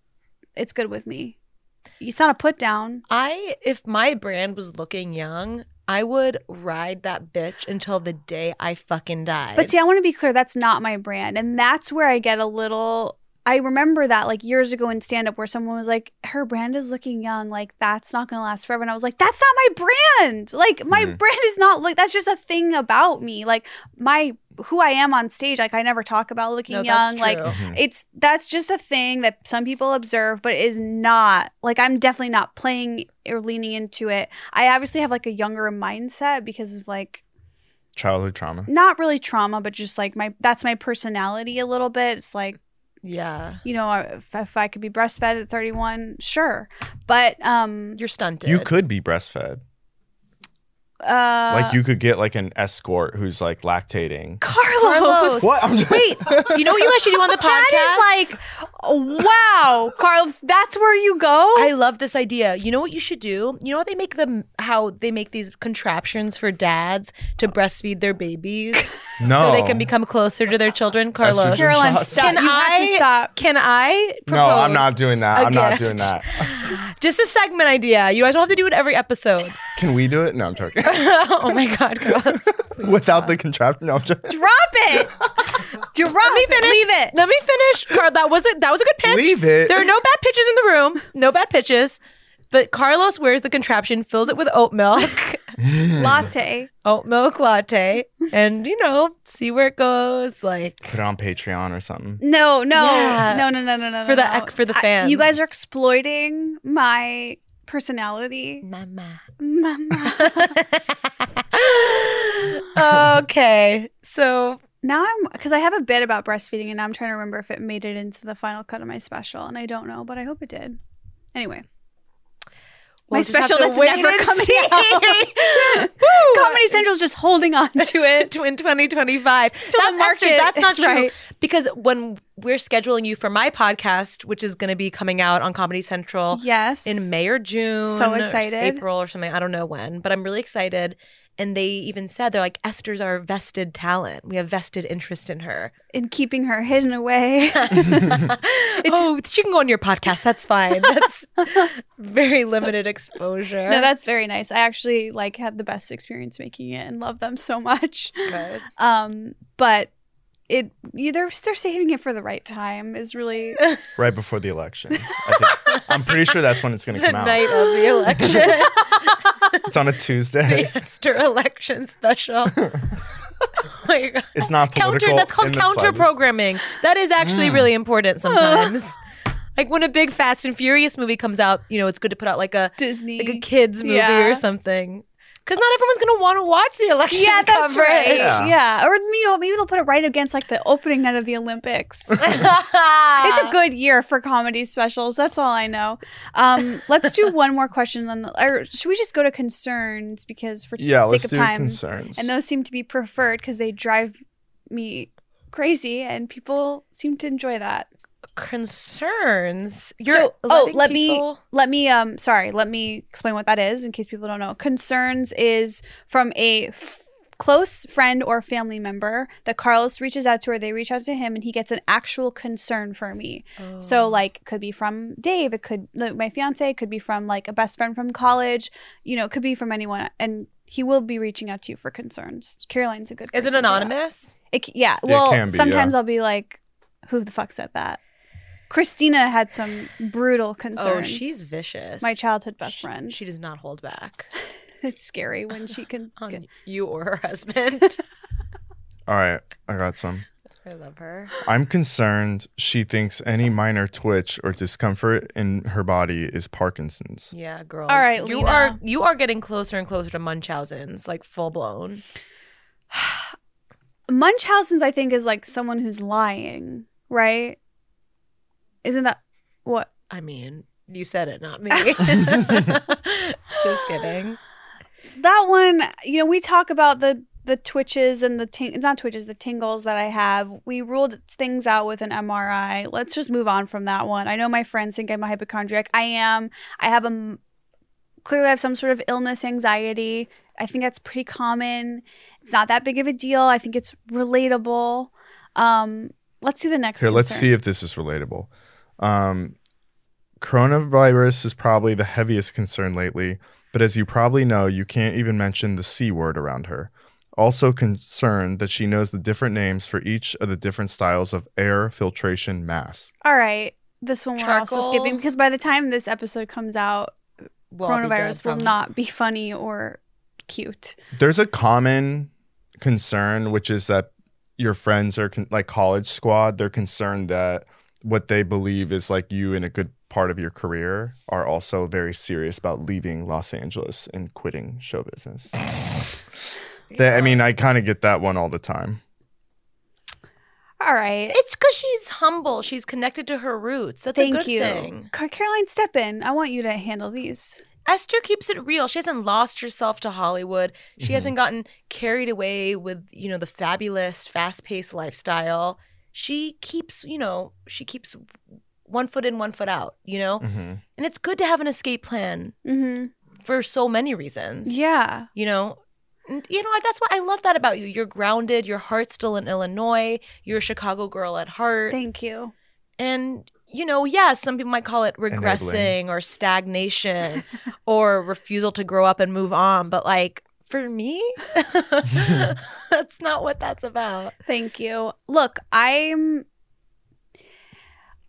Speaker 1: it's good with me. It's not a put down.
Speaker 2: I if my brand was looking young, I would ride that bitch until the day I fucking die.
Speaker 1: But see, I want to be clear that's not my brand. And that's where I get a little. I remember that like years ago in stand up where someone was like, her brand is looking young. Like, that's not going to last forever. And I was like, that's not my brand. Like, my
Speaker 3: Mhm.
Speaker 1: brand is not like, that's just a thing about me. Like, my, who I am on stage, like, I never talk about looking
Speaker 2: no, that's
Speaker 1: young. Like,
Speaker 2: true.
Speaker 3: Mhm.
Speaker 1: it's that's just a thing that some people observe but it is not like i'm definitely not playing or leaning into it i obviously have like a younger mindset because of like
Speaker 3: childhood trauma.
Speaker 1: not really trauma, but just like my that's my personality a little bit. It's like
Speaker 2: yeah,
Speaker 1: you know if, if I could be breastfed at 31, sure, but um,
Speaker 2: you're stunted.
Speaker 3: You could be breastfed.
Speaker 1: Uh,
Speaker 3: like you could get like an escort who's like lactating.
Speaker 1: Carlos.
Speaker 2: Carlos.
Speaker 3: What? I'm just-
Speaker 2: Wait, you know what you guys should do on the podcast?
Speaker 1: That is like, wow, Carlos. That's where you go.
Speaker 2: I love this idea. You know what you should do? You know how they make them how they make these contraptions for dads to breastfeed their babies
Speaker 3: Uh. No.
Speaker 2: so they can become closer to their children, Carlos.
Speaker 3: just-
Speaker 1: Caroline,
Speaker 3: Shots.
Speaker 1: stop.
Speaker 2: Can
Speaker 1: you have to
Speaker 2: I-
Speaker 1: stop.
Speaker 2: Can I propose?
Speaker 3: No, I'm not doing that.
Speaker 2: a
Speaker 3: I'm not
Speaker 2: gift.
Speaker 3: doing that.
Speaker 2: Just a segment idea. You guys don't have to do it every episode.
Speaker 3: Can we do it? No, I'm joking.
Speaker 2: oh my god, Carlos. Please
Speaker 3: Without
Speaker 2: stop.
Speaker 3: the contraption. No, I'm joking.
Speaker 1: Drop it. Drop it. Leave it.
Speaker 2: Let me finish. Carl, that was a that was a good pitch.
Speaker 3: Leave it.
Speaker 2: There are no bad pitches in the room. No bad pitches. But Carlos wears the contraption, fills it with oat milk,
Speaker 3: Hmm.
Speaker 1: Latte.
Speaker 2: oat milk latte, and you know, see where it goes. Like
Speaker 3: Put it on Patreon or something.
Speaker 1: No, no,
Speaker 2: Yeah.
Speaker 1: no, no, no, no, no.
Speaker 2: For the
Speaker 1: no.
Speaker 2: ex- for the
Speaker 1: I-
Speaker 2: fans.
Speaker 1: you guys are exploiting my personality.
Speaker 2: Mama.
Speaker 1: Mama.
Speaker 2: okay. So
Speaker 1: now I'm because I have a bit about breastfeeding, and now I'm trying to remember if it made it into the final cut of my special, and I don't know, but I hope it did. Anyway, my
Speaker 2: we'll just have
Speaker 1: special
Speaker 2: to
Speaker 1: that's
Speaker 2: wait
Speaker 1: never
Speaker 2: and
Speaker 1: coming
Speaker 2: see.
Speaker 1: out. Comedy Central's just holding on to it.
Speaker 2: in 2025.
Speaker 1: the
Speaker 2: That's, actually,
Speaker 1: market
Speaker 2: that's not
Speaker 1: is
Speaker 2: true.
Speaker 1: right.
Speaker 2: Because when we're scheduling you for my podcast, which is going to be coming out on Comedy Central
Speaker 1: Yes.
Speaker 2: in May or June,
Speaker 1: So
Speaker 2: or
Speaker 1: excited.
Speaker 2: April or something. I don't know when, but I'm really excited. And they even said they're like Esther's our vested talent. We have vested interest in her.
Speaker 1: in keeping her hidden away.
Speaker 2: oh, she can go on your podcast. That's fine. That's very limited exposure.
Speaker 1: no, that's very nice. I actually like had the best experience making it and love them so much.
Speaker 2: good.
Speaker 1: Um, but it you- they're they're saving it for the right time is really
Speaker 3: Right before the election. I think. I'm pretty sure that's when it's going to
Speaker 2: The
Speaker 3: come out.
Speaker 2: night of the election,
Speaker 3: It's on a Tuesday.
Speaker 2: the Esther election special. oh my god.
Speaker 3: It's not political.
Speaker 2: counter that's
Speaker 3: in
Speaker 2: called
Speaker 3: the
Speaker 2: counter
Speaker 3: slightest.
Speaker 2: programming that is actually
Speaker 1: Hmm.
Speaker 3: Mm.
Speaker 2: really important sometimes like when a big fast and furious movie comes out you know it's good to put out like a
Speaker 1: Disney.
Speaker 2: like a kids movie
Speaker 1: Yeah.
Speaker 2: or something because not everyone's gonna want to watch the election
Speaker 1: yeah, that's
Speaker 2: coverage.
Speaker 1: right.
Speaker 3: Yeah.
Speaker 1: Yeah. or you know, maybe they'll put it right against like the opening night of the Olympics. it's a good year for comedy specials. That's all I know. Um, let's do one more question, then, or should we just go to concerns because for
Speaker 3: Yeah,
Speaker 1: sake
Speaker 3: let's
Speaker 1: of
Speaker 3: do
Speaker 1: time,
Speaker 3: concerns.
Speaker 1: and those seem to be preferred because they drive me crazy, and people seem to enjoy that.
Speaker 2: concerns
Speaker 1: so, oh,
Speaker 2: letting
Speaker 1: let me
Speaker 2: people-
Speaker 1: let me um sorry, let me explain what that is in case people don't know. Concerns is from a f- close friend or family member that Carlos reaches out to or they reach out to him and he gets an actual concern for me.
Speaker 2: Oh.
Speaker 1: So like could be from Dave, it could like, my fiance, it could be from like a best friend from college, you know, it could be from anyone and he will be reaching out to you for concerns. Caroline's a good
Speaker 2: is
Speaker 1: person
Speaker 2: it
Speaker 1: for that.
Speaker 2: anonymous
Speaker 1: It, c- yeah.
Speaker 3: It
Speaker 1: Well,
Speaker 3: can be,
Speaker 1: sometimes
Speaker 3: yeah.
Speaker 1: I'll be like, who the fuck said that? Christina had some brutal concerns.
Speaker 2: oh she's vicious
Speaker 1: my childhood best
Speaker 2: She-
Speaker 1: friend.
Speaker 2: she does not hold back
Speaker 1: it's scary when she can.
Speaker 2: on
Speaker 1: get-
Speaker 2: you or her husband
Speaker 3: All right, I got some.
Speaker 2: i love her
Speaker 3: I'm concerned she thinks any minor twitch or discomfort in her body is Parkinson's.
Speaker 2: Yeah, girl.
Speaker 1: All right,
Speaker 2: you
Speaker 1: Lena.
Speaker 2: are you are getting closer and closer to Munchausen's, like full blown.
Speaker 1: Munchausen's, I think, is like someone who's lying, right? Isn't that what?
Speaker 2: I mean, you said it, not me. Just kidding.
Speaker 1: That one, you know, we talk about the the twitches and the ting- not twitches, the tingles that I have. We ruled things out with an MRI. Let's just move on from that one. I know my friends think I'm a hypochondriac. I am. I have a m- clearly I have some sort of illness, anxiety. I think that's pretty common. It's not that big of a deal. I think it's relatable. Um, let's do the next.
Speaker 3: Here, let's
Speaker 1: concern.
Speaker 3: see if this is relatable. Um, coronavirus is probably the heaviest concern lately, but as you probably know, you can't even mention the C word around her. Also concerned that she knows the different names for each of the different styles of air filtration masks.
Speaker 1: All right, this one we're also
Speaker 2: Charcoal.
Speaker 1: skipping because by the time this episode comes out,
Speaker 2: Well, I'll be dead
Speaker 1: coronavirus will
Speaker 2: from-
Speaker 1: not be funny or cute.
Speaker 3: There's a common concern, which is that your friends are con- like college squad. They're concerned that what they believe is like you in a good part of your career are also very serious about leaving Los Angeles and quitting show business.
Speaker 1: Oh
Speaker 3: That, I mean, I kind of get that one all the time.
Speaker 1: All right.
Speaker 2: It's because she's humble. She's connected to her roots. That's a
Speaker 1: Thank
Speaker 2: good
Speaker 1: you.
Speaker 2: thing.
Speaker 1: Car- Caroline, step in. I want you to handle these.
Speaker 2: Esther keeps it real. She hasn't lost herself to Hollywood. She
Speaker 3: Mhm.
Speaker 2: hasn't gotten carried away with, you know, the fabulous, fast-paced lifestyle. She keeps, you know, she keeps one foot in, one foot out, you know?
Speaker 1: Mm-hmm.
Speaker 3: Mhm.
Speaker 2: And it's good to have an escape plan
Speaker 1: hmm
Speaker 2: for so many reasons.
Speaker 1: Yeah.
Speaker 2: You know, And, you know that's what I love that about you. You're grounded. Your heart's still in Illinois. You're a Chicago girl at heart.
Speaker 1: Thank you.
Speaker 2: and you know, yeah, some people might call it regressing
Speaker 3: Enabling.
Speaker 2: or stagnation or refusal to grow up and move on. But like for me, that's not what that's about.
Speaker 1: Thank you. Look, I'm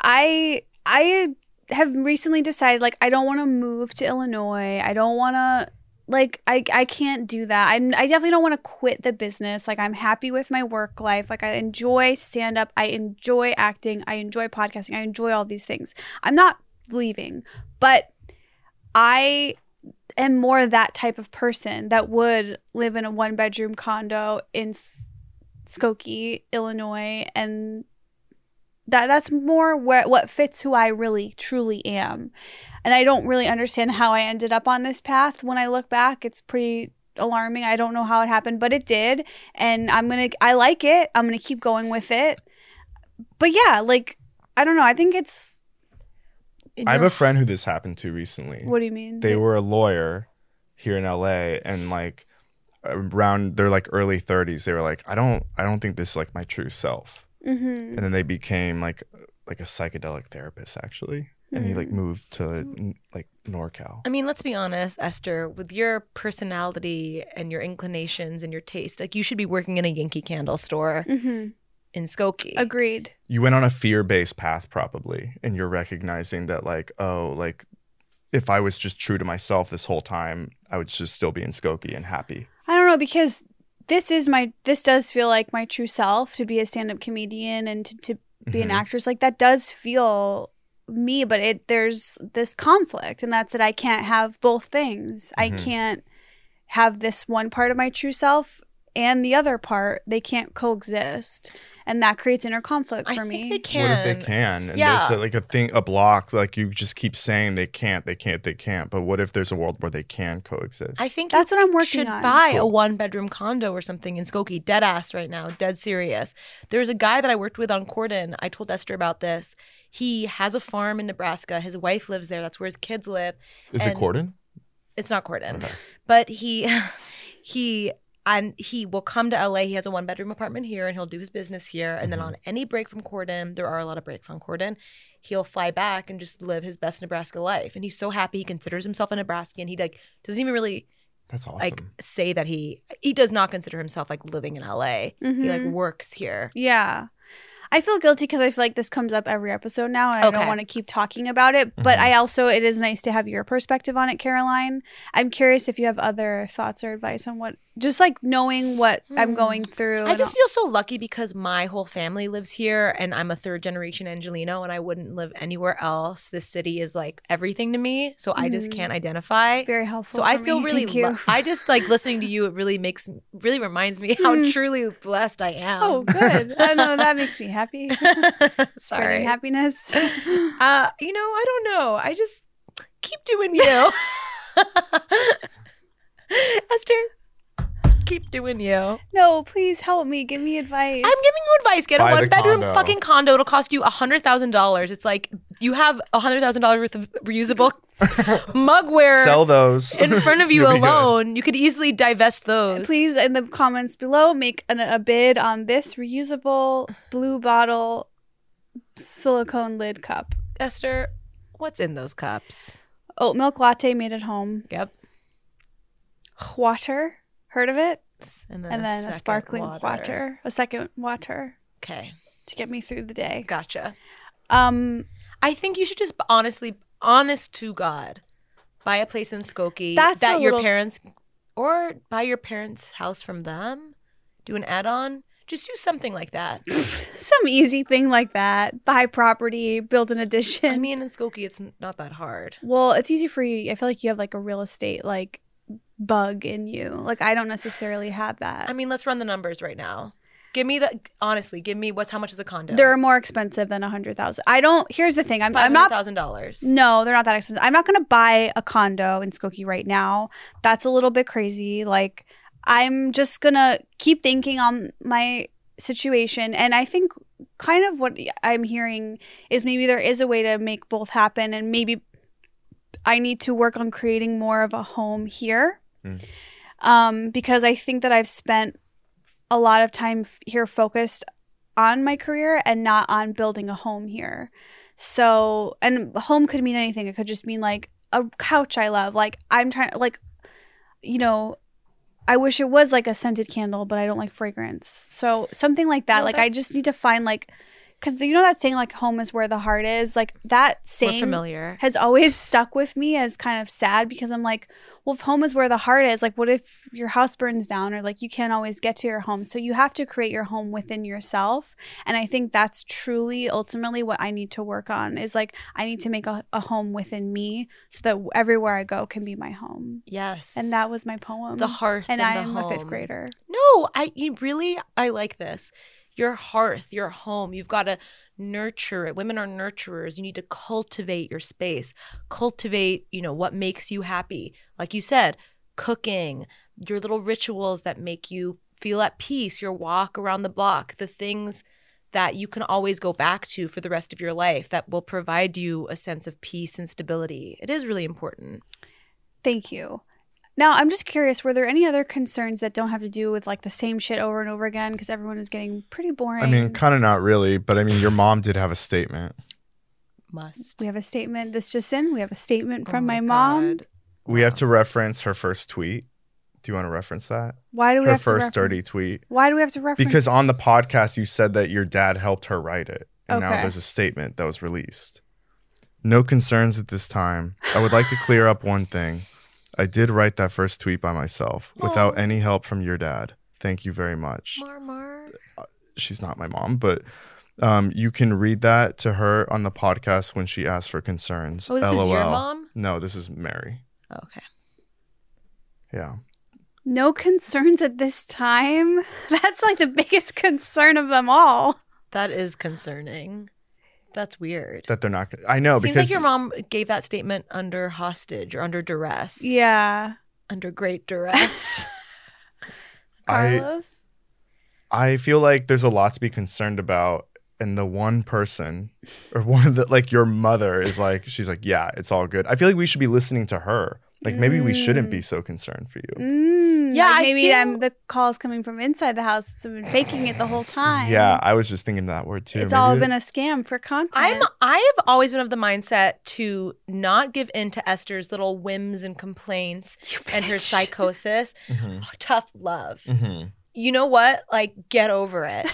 Speaker 1: I I have recently decided like I don't want to move to Illinois. I don't want to like I I can't do that. I'm I definitely don't want to quit the business. Like I'm happy with my work life. Like I enjoy stand up. I enjoy acting. I enjoy podcasting. I enjoy all these things. I'm not leaving, but I am more that type of person that would live in a one bedroom condo in S- Skokie, Illinois, and that that's more where, what fits who I really truly am. And I don't really understand how I ended up on this path. When I look back, it's pretty alarming. I don't know how it happened, but it did, and I'm going to I like it. I'm going to keep going with it. But yeah, like I don't know. I think it's
Speaker 2: In
Speaker 3: I have
Speaker 2: your-
Speaker 3: a friend who this happened to recently.
Speaker 1: what do you mean?
Speaker 3: they were a lawyer here in LA and like around their like early 30s they were like I don't I don't think this is like my true self
Speaker 1: Mhm.
Speaker 3: and then they became like like a psychedelic therapist actually and he
Speaker 2: Hmm.
Speaker 3: like moved
Speaker 2: Oh.
Speaker 3: to n- like NorCal
Speaker 2: I mean, let's be honest, Esther, with your personality and your inclinations and your taste, like you should be working in a Yankee Candle store
Speaker 1: Mhm.
Speaker 2: in Skokie.
Speaker 1: Agreed.
Speaker 3: you went on a fear-based path probably and you're recognizing that like oh like if I was just true to myself this whole time I would just still be in Skokie and happy
Speaker 1: I don't know because this is my this does feel like my true self to be a stand-up comedian and to, to be an
Speaker 3: Mhm.
Speaker 1: actress like that does feel me but it there's this conflict and that's that I can't have both things. I
Speaker 3: Mhm.
Speaker 1: can't have this one part of my true self and the other part. They can't coexist and that creates inner conflict
Speaker 2: I
Speaker 1: for
Speaker 2: think
Speaker 1: me.
Speaker 2: they can.
Speaker 3: What if they can? And
Speaker 2: Yeah.
Speaker 3: there's uh, like a thing, a block, like you just keep saying they can't, they can't, they can't. But what if there's a world where they can coexist?
Speaker 2: I think
Speaker 1: That's what I'm
Speaker 2: you
Speaker 1: working
Speaker 2: should
Speaker 1: on.
Speaker 2: buy a
Speaker 3: Cool.
Speaker 2: one bedroom condo or something in Skokie, dead ass right now, dead serious. There's a guy that I worked with on Corden. I told Esther about this. He has a farm in Nebraska. His wife lives there. That's where his kids live.
Speaker 3: Is
Speaker 2: and-
Speaker 3: it Corden?
Speaker 2: It's not Corden,
Speaker 3: Okay.
Speaker 2: but he, he, and he will come to LA. He has a one bedroom apartment here, and he'll do his business here. And then
Speaker 3: Mhm.
Speaker 2: on any break from Corden, there are a lot of breaks on Corden. He'll fly back and just live his best Nebraska life. And he's so happy. He considers himself a Nebraskan. He like doesn't even really
Speaker 3: That's awesome.
Speaker 2: like say that he he does not consider himself like living in LA. He like
Speaker 1: Mhm.
Speaker 2: works here.
Speaker 1: Yeah. I feel guilty because I feel like this comes up every episode now and I
Speaker 2: Okay. Mm-hmm.
Speaker 1: don't want to keep talking about it. But
Speaker 3: Mhm.
Speaker 1: I also, it is nice to have your perspective on it, Caroline. I'm curious if you have other thoughts or advice on what, just like knowing what
Speaker 2: Hmm.
Speaker 1: I'm going through.
Speaker 2: I
Speaker 1: and
Speaker 2: just feel so lucky because my whole family lives here and I'm a third generation Angelino and I wouldn't live anywhere else. This city is like everything to me, so I just
Speaker 1: Mhm.
Speaker 2: can't
Speaker 1: all.
Speaker 2: identify.
Speaker 1: very helpful.
Speaker 2: So I
Speaker 1: for
Speaker 2: feel
Speaker 1: me.
Speaker 2: really
Speaker 1: Thank you.
Speaker 2: lu- I just like listening to you it really makes really reminds me how
Speaker 1: Mm.
Speaker 2: truly blessed I am.
Speaker 1: oh, good. I know that makes me happy. Spreading
Speaker 2: Sorry.
Speaker 1: happiness.
Speaker 2: Uh, you know, I don't know. I just keep doing you. Esther, keep doing you. I'm
Speaker 1: no, please help me. Give me advice.
Speaker 2: giving you advice. Get a
Speaker 3: Buy the
Speaker 2: one bedroom
Speaker 3: condo.
Speaker 2: fucking condo. It'll cost you $100,000. It's like you have $100,000 worth of reusable mugware
Speaker 3: Sell those
Speaker 2: in front of you
Speaker 3: You'll be good.
Speaker 2: alone. You could easily divest those.
Speaker 1: Please, in the comments below, make an, a bid on this reusable blue bottle silicone lid cup.
Speaker 2: Esther, what's in those cups?
Speaker 1: Oat milk latte made at home.
Speaker 2: Yep.
Speaker 1: Water. Heard of it?
Speaker 2: And
Speaker 1: And then a
Speaker 2: second
Speaker 1: sparkling water. A second water
Speaker 2: Okay.
Speaker 1: to get me through the day.
Speaker 2: Gotcha.
Speaker 1: Um,
Speaker 2: I think you should just honestly, honest to God, buy a place in Skokie
Speaker 1: That's
Speaker 2: that
Speaker 1: a
Speaker 2: your
Speaker 1: little-
Speaker 2: parents, or buy your parents' house from them. Do an add-on. Just do something like that.
Speaker 1: some easy thing like that. Buy property, build an addition.
Speaker 2: I mean, in Skokie, it's not that hard.
Speaker 1: well, it's easy for you. I feel like you have like a real estate like bug in you. Like I don't necessarily have that.
Speaker 2: I mean, let's run the numbers right now. Give me the honestly. Give me what's how much is a condo?
Speaker 1: They're more expensive than a hundred thousand. I don't. Here's the thing. I'm,
Speaker 2: five
Speaker 1: I'm not
Speaker 2: hundred thousand dollars.
Speaker 1: No, they're not that expensive. I'm not going to buy a condo in Skokie right now. That's a little bit crazy. Like, I'm just going to keep thinking on my situation. And I think kind of what I'm hearing is maybe there is a way to make both happen. And maybe I need to work on creating more of a home here
Speaker 3: Mm.
Speaker 1: um, because I think that I've spent a lot of time f- here focused on my career and not on building a home here. So, and home could mean anything. It could just mean like a couch I love. Like I'm trying like you know, I wish it was like a scented candle, but I don't like fragrance. So, something like that.
Speaker 2: No,
Speaker 1: like I
Speaker 2: that's-
Speaker 1: just need to find like cuz you know that saying like home is where the heart is. Like that
Speaker 2: We're
Speaker 1: saying
Speaker 2: familiar.
Speaker 1: has always stuck with me as kind of sad because I'm like, well, if home is where the heart is, like, what if your house burns down or like you can't always get to your home? So you have to create your home within yourself. And I think that's truly ultimately what I need to work on is like, I need to make a, a home within me so that everywhere I go can be my home.
Speaker 2: Yes.
Speaker 1: And that was my poem.
Speaker 2: the hearth
Speaker 1: and
Speaker 2: and,
Speaker 1: I
Speaker 2: the
Speaker 1: am
Speaker 2: home.
Speaker 1: a fifth grader.
Speaker 2: No, I you really I like this. Your hearth, your home, you've got to nurture it. Women are nurturers. You need to cultivate your space. Cultivate, you know, what makes you happy. Like you said, cooking, your little rituals that make you feel at peace, your walk around the block, the things that you can always go back to for the rest of your life that will provide you a sense of peace and stability. It is really important.
Speaker 1: Thank you. Now, I'm just curious, were there any other concerns that don't have to do with like the same shit over and over again? Because everyone is getting pretty boring.
Speaker 3: I mean, kind of not really, but I mean, your mom did have a statement.
Speaker 2: Must.
Speaker 1: We have a statement. This just in. We have a statement from
Speaker 2: Oh
Speaker 1: my, mom.
Speaker 2: God.
Speaker 3: We have to reference her first tweet. Do you want to reference that?
Speaker 1: Why do we
Speaker 3: Her
Speaker 1: have
Speaker 3: first
Speaker 1: to refer-
Speaker 3: dirty tweet.
Speaker 1: Why do we have to reference?
Speaker 3: Because on the podcast, you said that your dad helped her write it. And now
Speaker 1: Okay.
Speaker 3: there's a statement that was released. No concerns at this time. I would like to clear up one thing. I did write that first tweet by myself without
Speaker 2: Aw.
Speaker 3: any help from your dad. Thank you very much.
Speaker 2: Marmar.
Speaker 3: She's not my mom, but um, you can read that to her on the podcast when she asks for concerns.
Speaker 2: Oh, this
Speaker 3: LOL.
Speaker 2: is your mom?
Speaker 3: No, this is Mary.
Speaker 2: Okay.
Speaker 3: Yeah.
Speaker 1: no concerns at this time. That's like the biggest concern of them all.
Speaker 2: That is concerning. That's weird.
Speaker 3: That they're not. I know
Speaker 2: Seems
Speaker 3: because
Speaker 2: like your mom gave that statement under hostage or under duress.
Speaker 1: Yeah,
Speaker 2: Under great duress.
Speaker 3: I-
Speaker 1: Carlos.
Speaker 3: I feel like there's a lot to be concerned about. And the one person or one of the like your mother is like, she's like, yeah, it's all good. I feel like we should be listening to her. Like maybe we shouldn't
Speaker 1: Mm.
Speaker 3: be so concerned for you.
Speaker 1: Mm,
Speaker 2: Yeah,
Speaker 1: like
Speaker 2: I
Speaker 1: maybe
Speaker 2: feel-
Speaker 1: I'm the calls coming from inside the house. I've been faking it the whole time.
Speaker 3: Yeah, I was just thinking that word too.
Speaker 1: Mm, it's
Speaker 3: Maybe
Speaker 1: all
Speaker 3: it-
Speaker 1: been a scam for content.
Speaker 2: I'm I have always been of the mindset to not give in to Esther's little whims and complaints
Speaker 1: You
Speaker 2: and her
Speaker 1: bitch. Oh,
Speaker 2: psychosis.
Speaker 3: Mhm,
Speaker 2: Tough love.
Speaker 3: mhm.
Speaker 2: You know what? Like get over it.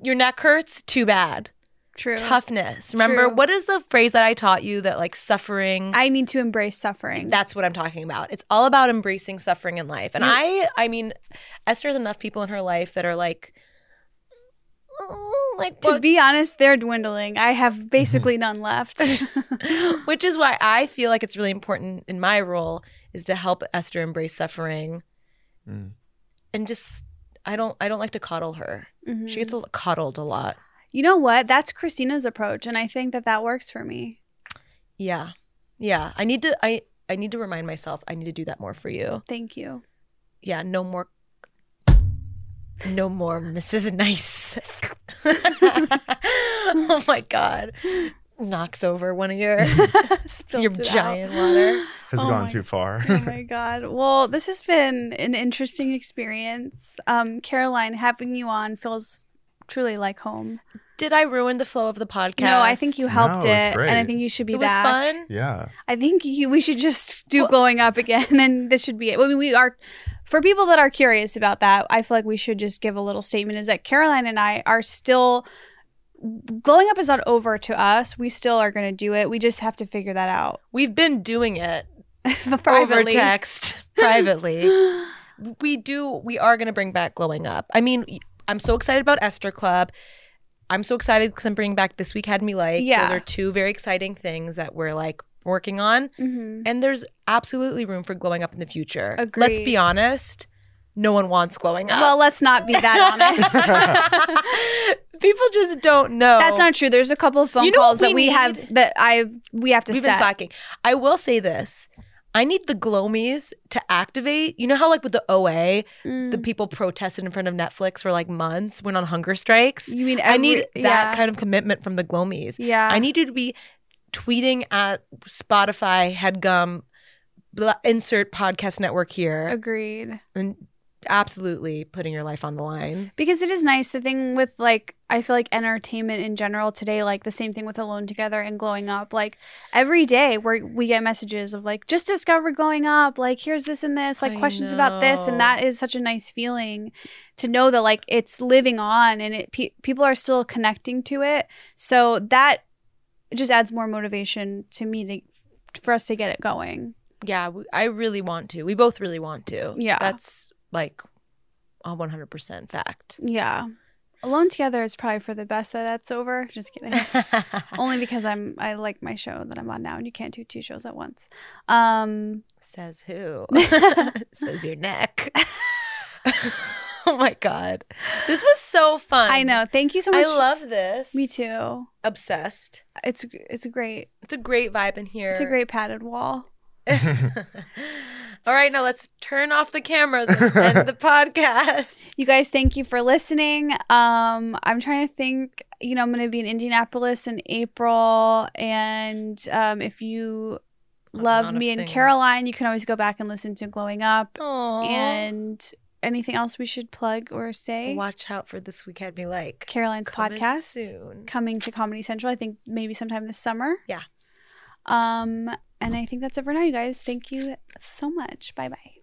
Speaker 2: Your neck hurts, too bad.
Speaker 1: True.
Speaker 2: Toughness. Remember,
Speaker 1: True.
Speaker 2: what is the phrase that I taught you that like suffering
Speaker 1: I need to embrace suffering.
Speaker 2: That's what I'm talking about. It's all about embracing suffering in life. And I, I mean, Esther has enough people in her life that are like, "Oh," like
Speaker 1: to
Speaker 2: what-
Speaker 1: be honest, they're dwindling. I have basically
Speaker 3: Mm-hmm.
Speaker 1: none left. Mm-hmm.
Speaker 2: which is why I feel like it's really important in my role is to help Esther embrace suffering
Speaker 3: Mm.
Speaker 2: and just. I don't. I don't like to coddle her.
Speaker 1: Mhm.
Speaker 2: She gets a, coddled a lot.
Speaker 1: You know what? That's Christina's approach, and I think that that works for me.
Speaker 2: Yeah, yeah. I need to. I. I need to remind myself. I need to do that more for you.
Speaker 1: Thank you.
Speaker 2: Yeah. No more. No more, Mrs. Nice. oh my God. knocks over one of your
Speaker 1: Spills
Speaker 2: Your
Speaker 1: it out.
Speaker 2: giant water.
Speaker 3: Has
Speaker 1: Oh
Speaker 3: gone
Speaker 1: my-
Speaker 3: too far.
Speaker 1: oh my god. Well, this has been an interesting experience. Um, Caroline, having you on feels truly like home.
Speaker 2: Did I ruin the flow of the podcast?
Speaker 1: No, I think you
Speaker 3: No,
Speaker 1: helped
Speaker 3: it
Speaker 1: it,
Speaker 3: was
Speaker 1: and I
Speaker 3: great.
Speaker 1: think you should be
Speaker 2: it was
Speaker 1: back.
Speaker 2: fun.
Speaker 3: yeah.
Speaker 1: I think you, we should just do
Speaker 2: Well-
Speaker 1: glowing up again, and this should be it. I mean, we are for people that are curious about that. I feel like we should just give a little statement: is that Caroline and I are still glowing up is not over to us. We still are going to do it. We just have to figure that out
Speaker 2: We've been doing it
Speaker 1: privately. Mm-hmm.
Speaker 2: over text privately. We do. We are going to bring back glowing up. I mean, I'm so excited about Esther Club. I'm so excited because I'm bringing back this week had me like.
Speaker 1: Yeah.
Speaker 2: those are two very exciting things that we're like working on.
Speaker 1: Mhm.
Speaker 2: And there's absolutely room for glowing up in the future. Let's
Speaker 1: Agreed.
Speaker 2: be honest. no one wants glowing up.
Speaker 1: Well, let's not be that honest.
Speaker 2: People just don't know.
Speaker 1: That's not true. There's a couple of phone
Speaker 2: You know
Speaker 1: calls
Speaker 2: what
Speaker 1: that
Speaker 2: we
Speaker 1: we
Speaker 2: need?
Speaker 1: have that I we have to
Speaker 2: We've been
Speaker 1: set.
Speaker 2: slacking. I will say this. I need the glomies to activate. You know how like with the OA,
Speaker 1: Mm.
Speaker 2: the people protested in front of Netflix for like months, went on hunger strikes.
Speaker 1: you mean
Speaker 2: I need
Speaker 1: every-
Speaker 2: that
Speaker 1: yeah.
Speaker 2: kind of commitment from the glomies.
Speaker 1: Yeah.
Speaker 2: I need you to be tweeting at Spotify, Headgum, blah, insert podcast network here,
Speaker 1: agreed.
Speaker 2: and absolutely putting your life on the line.
Speaker 1: Because it is nice the thing with like I feel like entertainment in general today like the same thing with Alone Together and Glowing Up like every day where we get messages of like just discovered Glowing Up like here's this and this like
Speaker 2: I
Speaker 1: questions about this and
Speaker 2: know.
Speaker 1: that is such a nice feeling to know that like it's living on and it pe- people are still connecting to it so that just adds more motivation to me to for us to get it going.
Speaker 2: Yeah, we, I really want to. We both really want to.
Speaker 1: Yeah.
Speaker 2: that's like a one hundred percent fact.
Speaker 1: Yeah. Alone Together is probably for the best that that's over. Just kidding. only because I'm I like my show that I'm on now, and you can't do two shows at once. Um,
Speaker 2: Says who? Says your neck. oh my god, this was so fun.
Speaker 1: I know. Thank you so
Speaker 2: I
Speaker 1: much.
Speaker 2: love this.
Speaker 1: Me too.
Speaker 2: Obsessed.
Speaker 1: It's it's a great
Speaker 2: It's a great vibe in here.
Speaker 1: it's a great padded wall.
Speaker 2: All right, now let's turn off the cameras and end the podcast.
Speaker 1: You guys, thank you for listening. Um, I'm trying to think. You know, I'm going to be in Indianapolis in April, and um, if you
Speaker 2: A
Speaker 1: love
Speaker 2: lot
Speaker 1: me
Speaker 2: of
Speaker 1: and
Speaker 2: things.
Speaker 1: Caroline, you can always go back and listen to Glowing Up
Speaker 2: Aww.
Speaker 1: and anything else we should plug or say.
Speaker 2: watch out for this week had me like
Speaker 1: Caroline's
Speaker 2: Coming
Speaker 1: podcast.
Speaker 2: soon.
Speaker 1: coming to Comedy Central. I think maybe sometime this summer.
Speaker 2: Mm-hmm. Yeah.
Speaker 1: Um, and I think that's it for now, you guys. Thank you so much. Bye bye.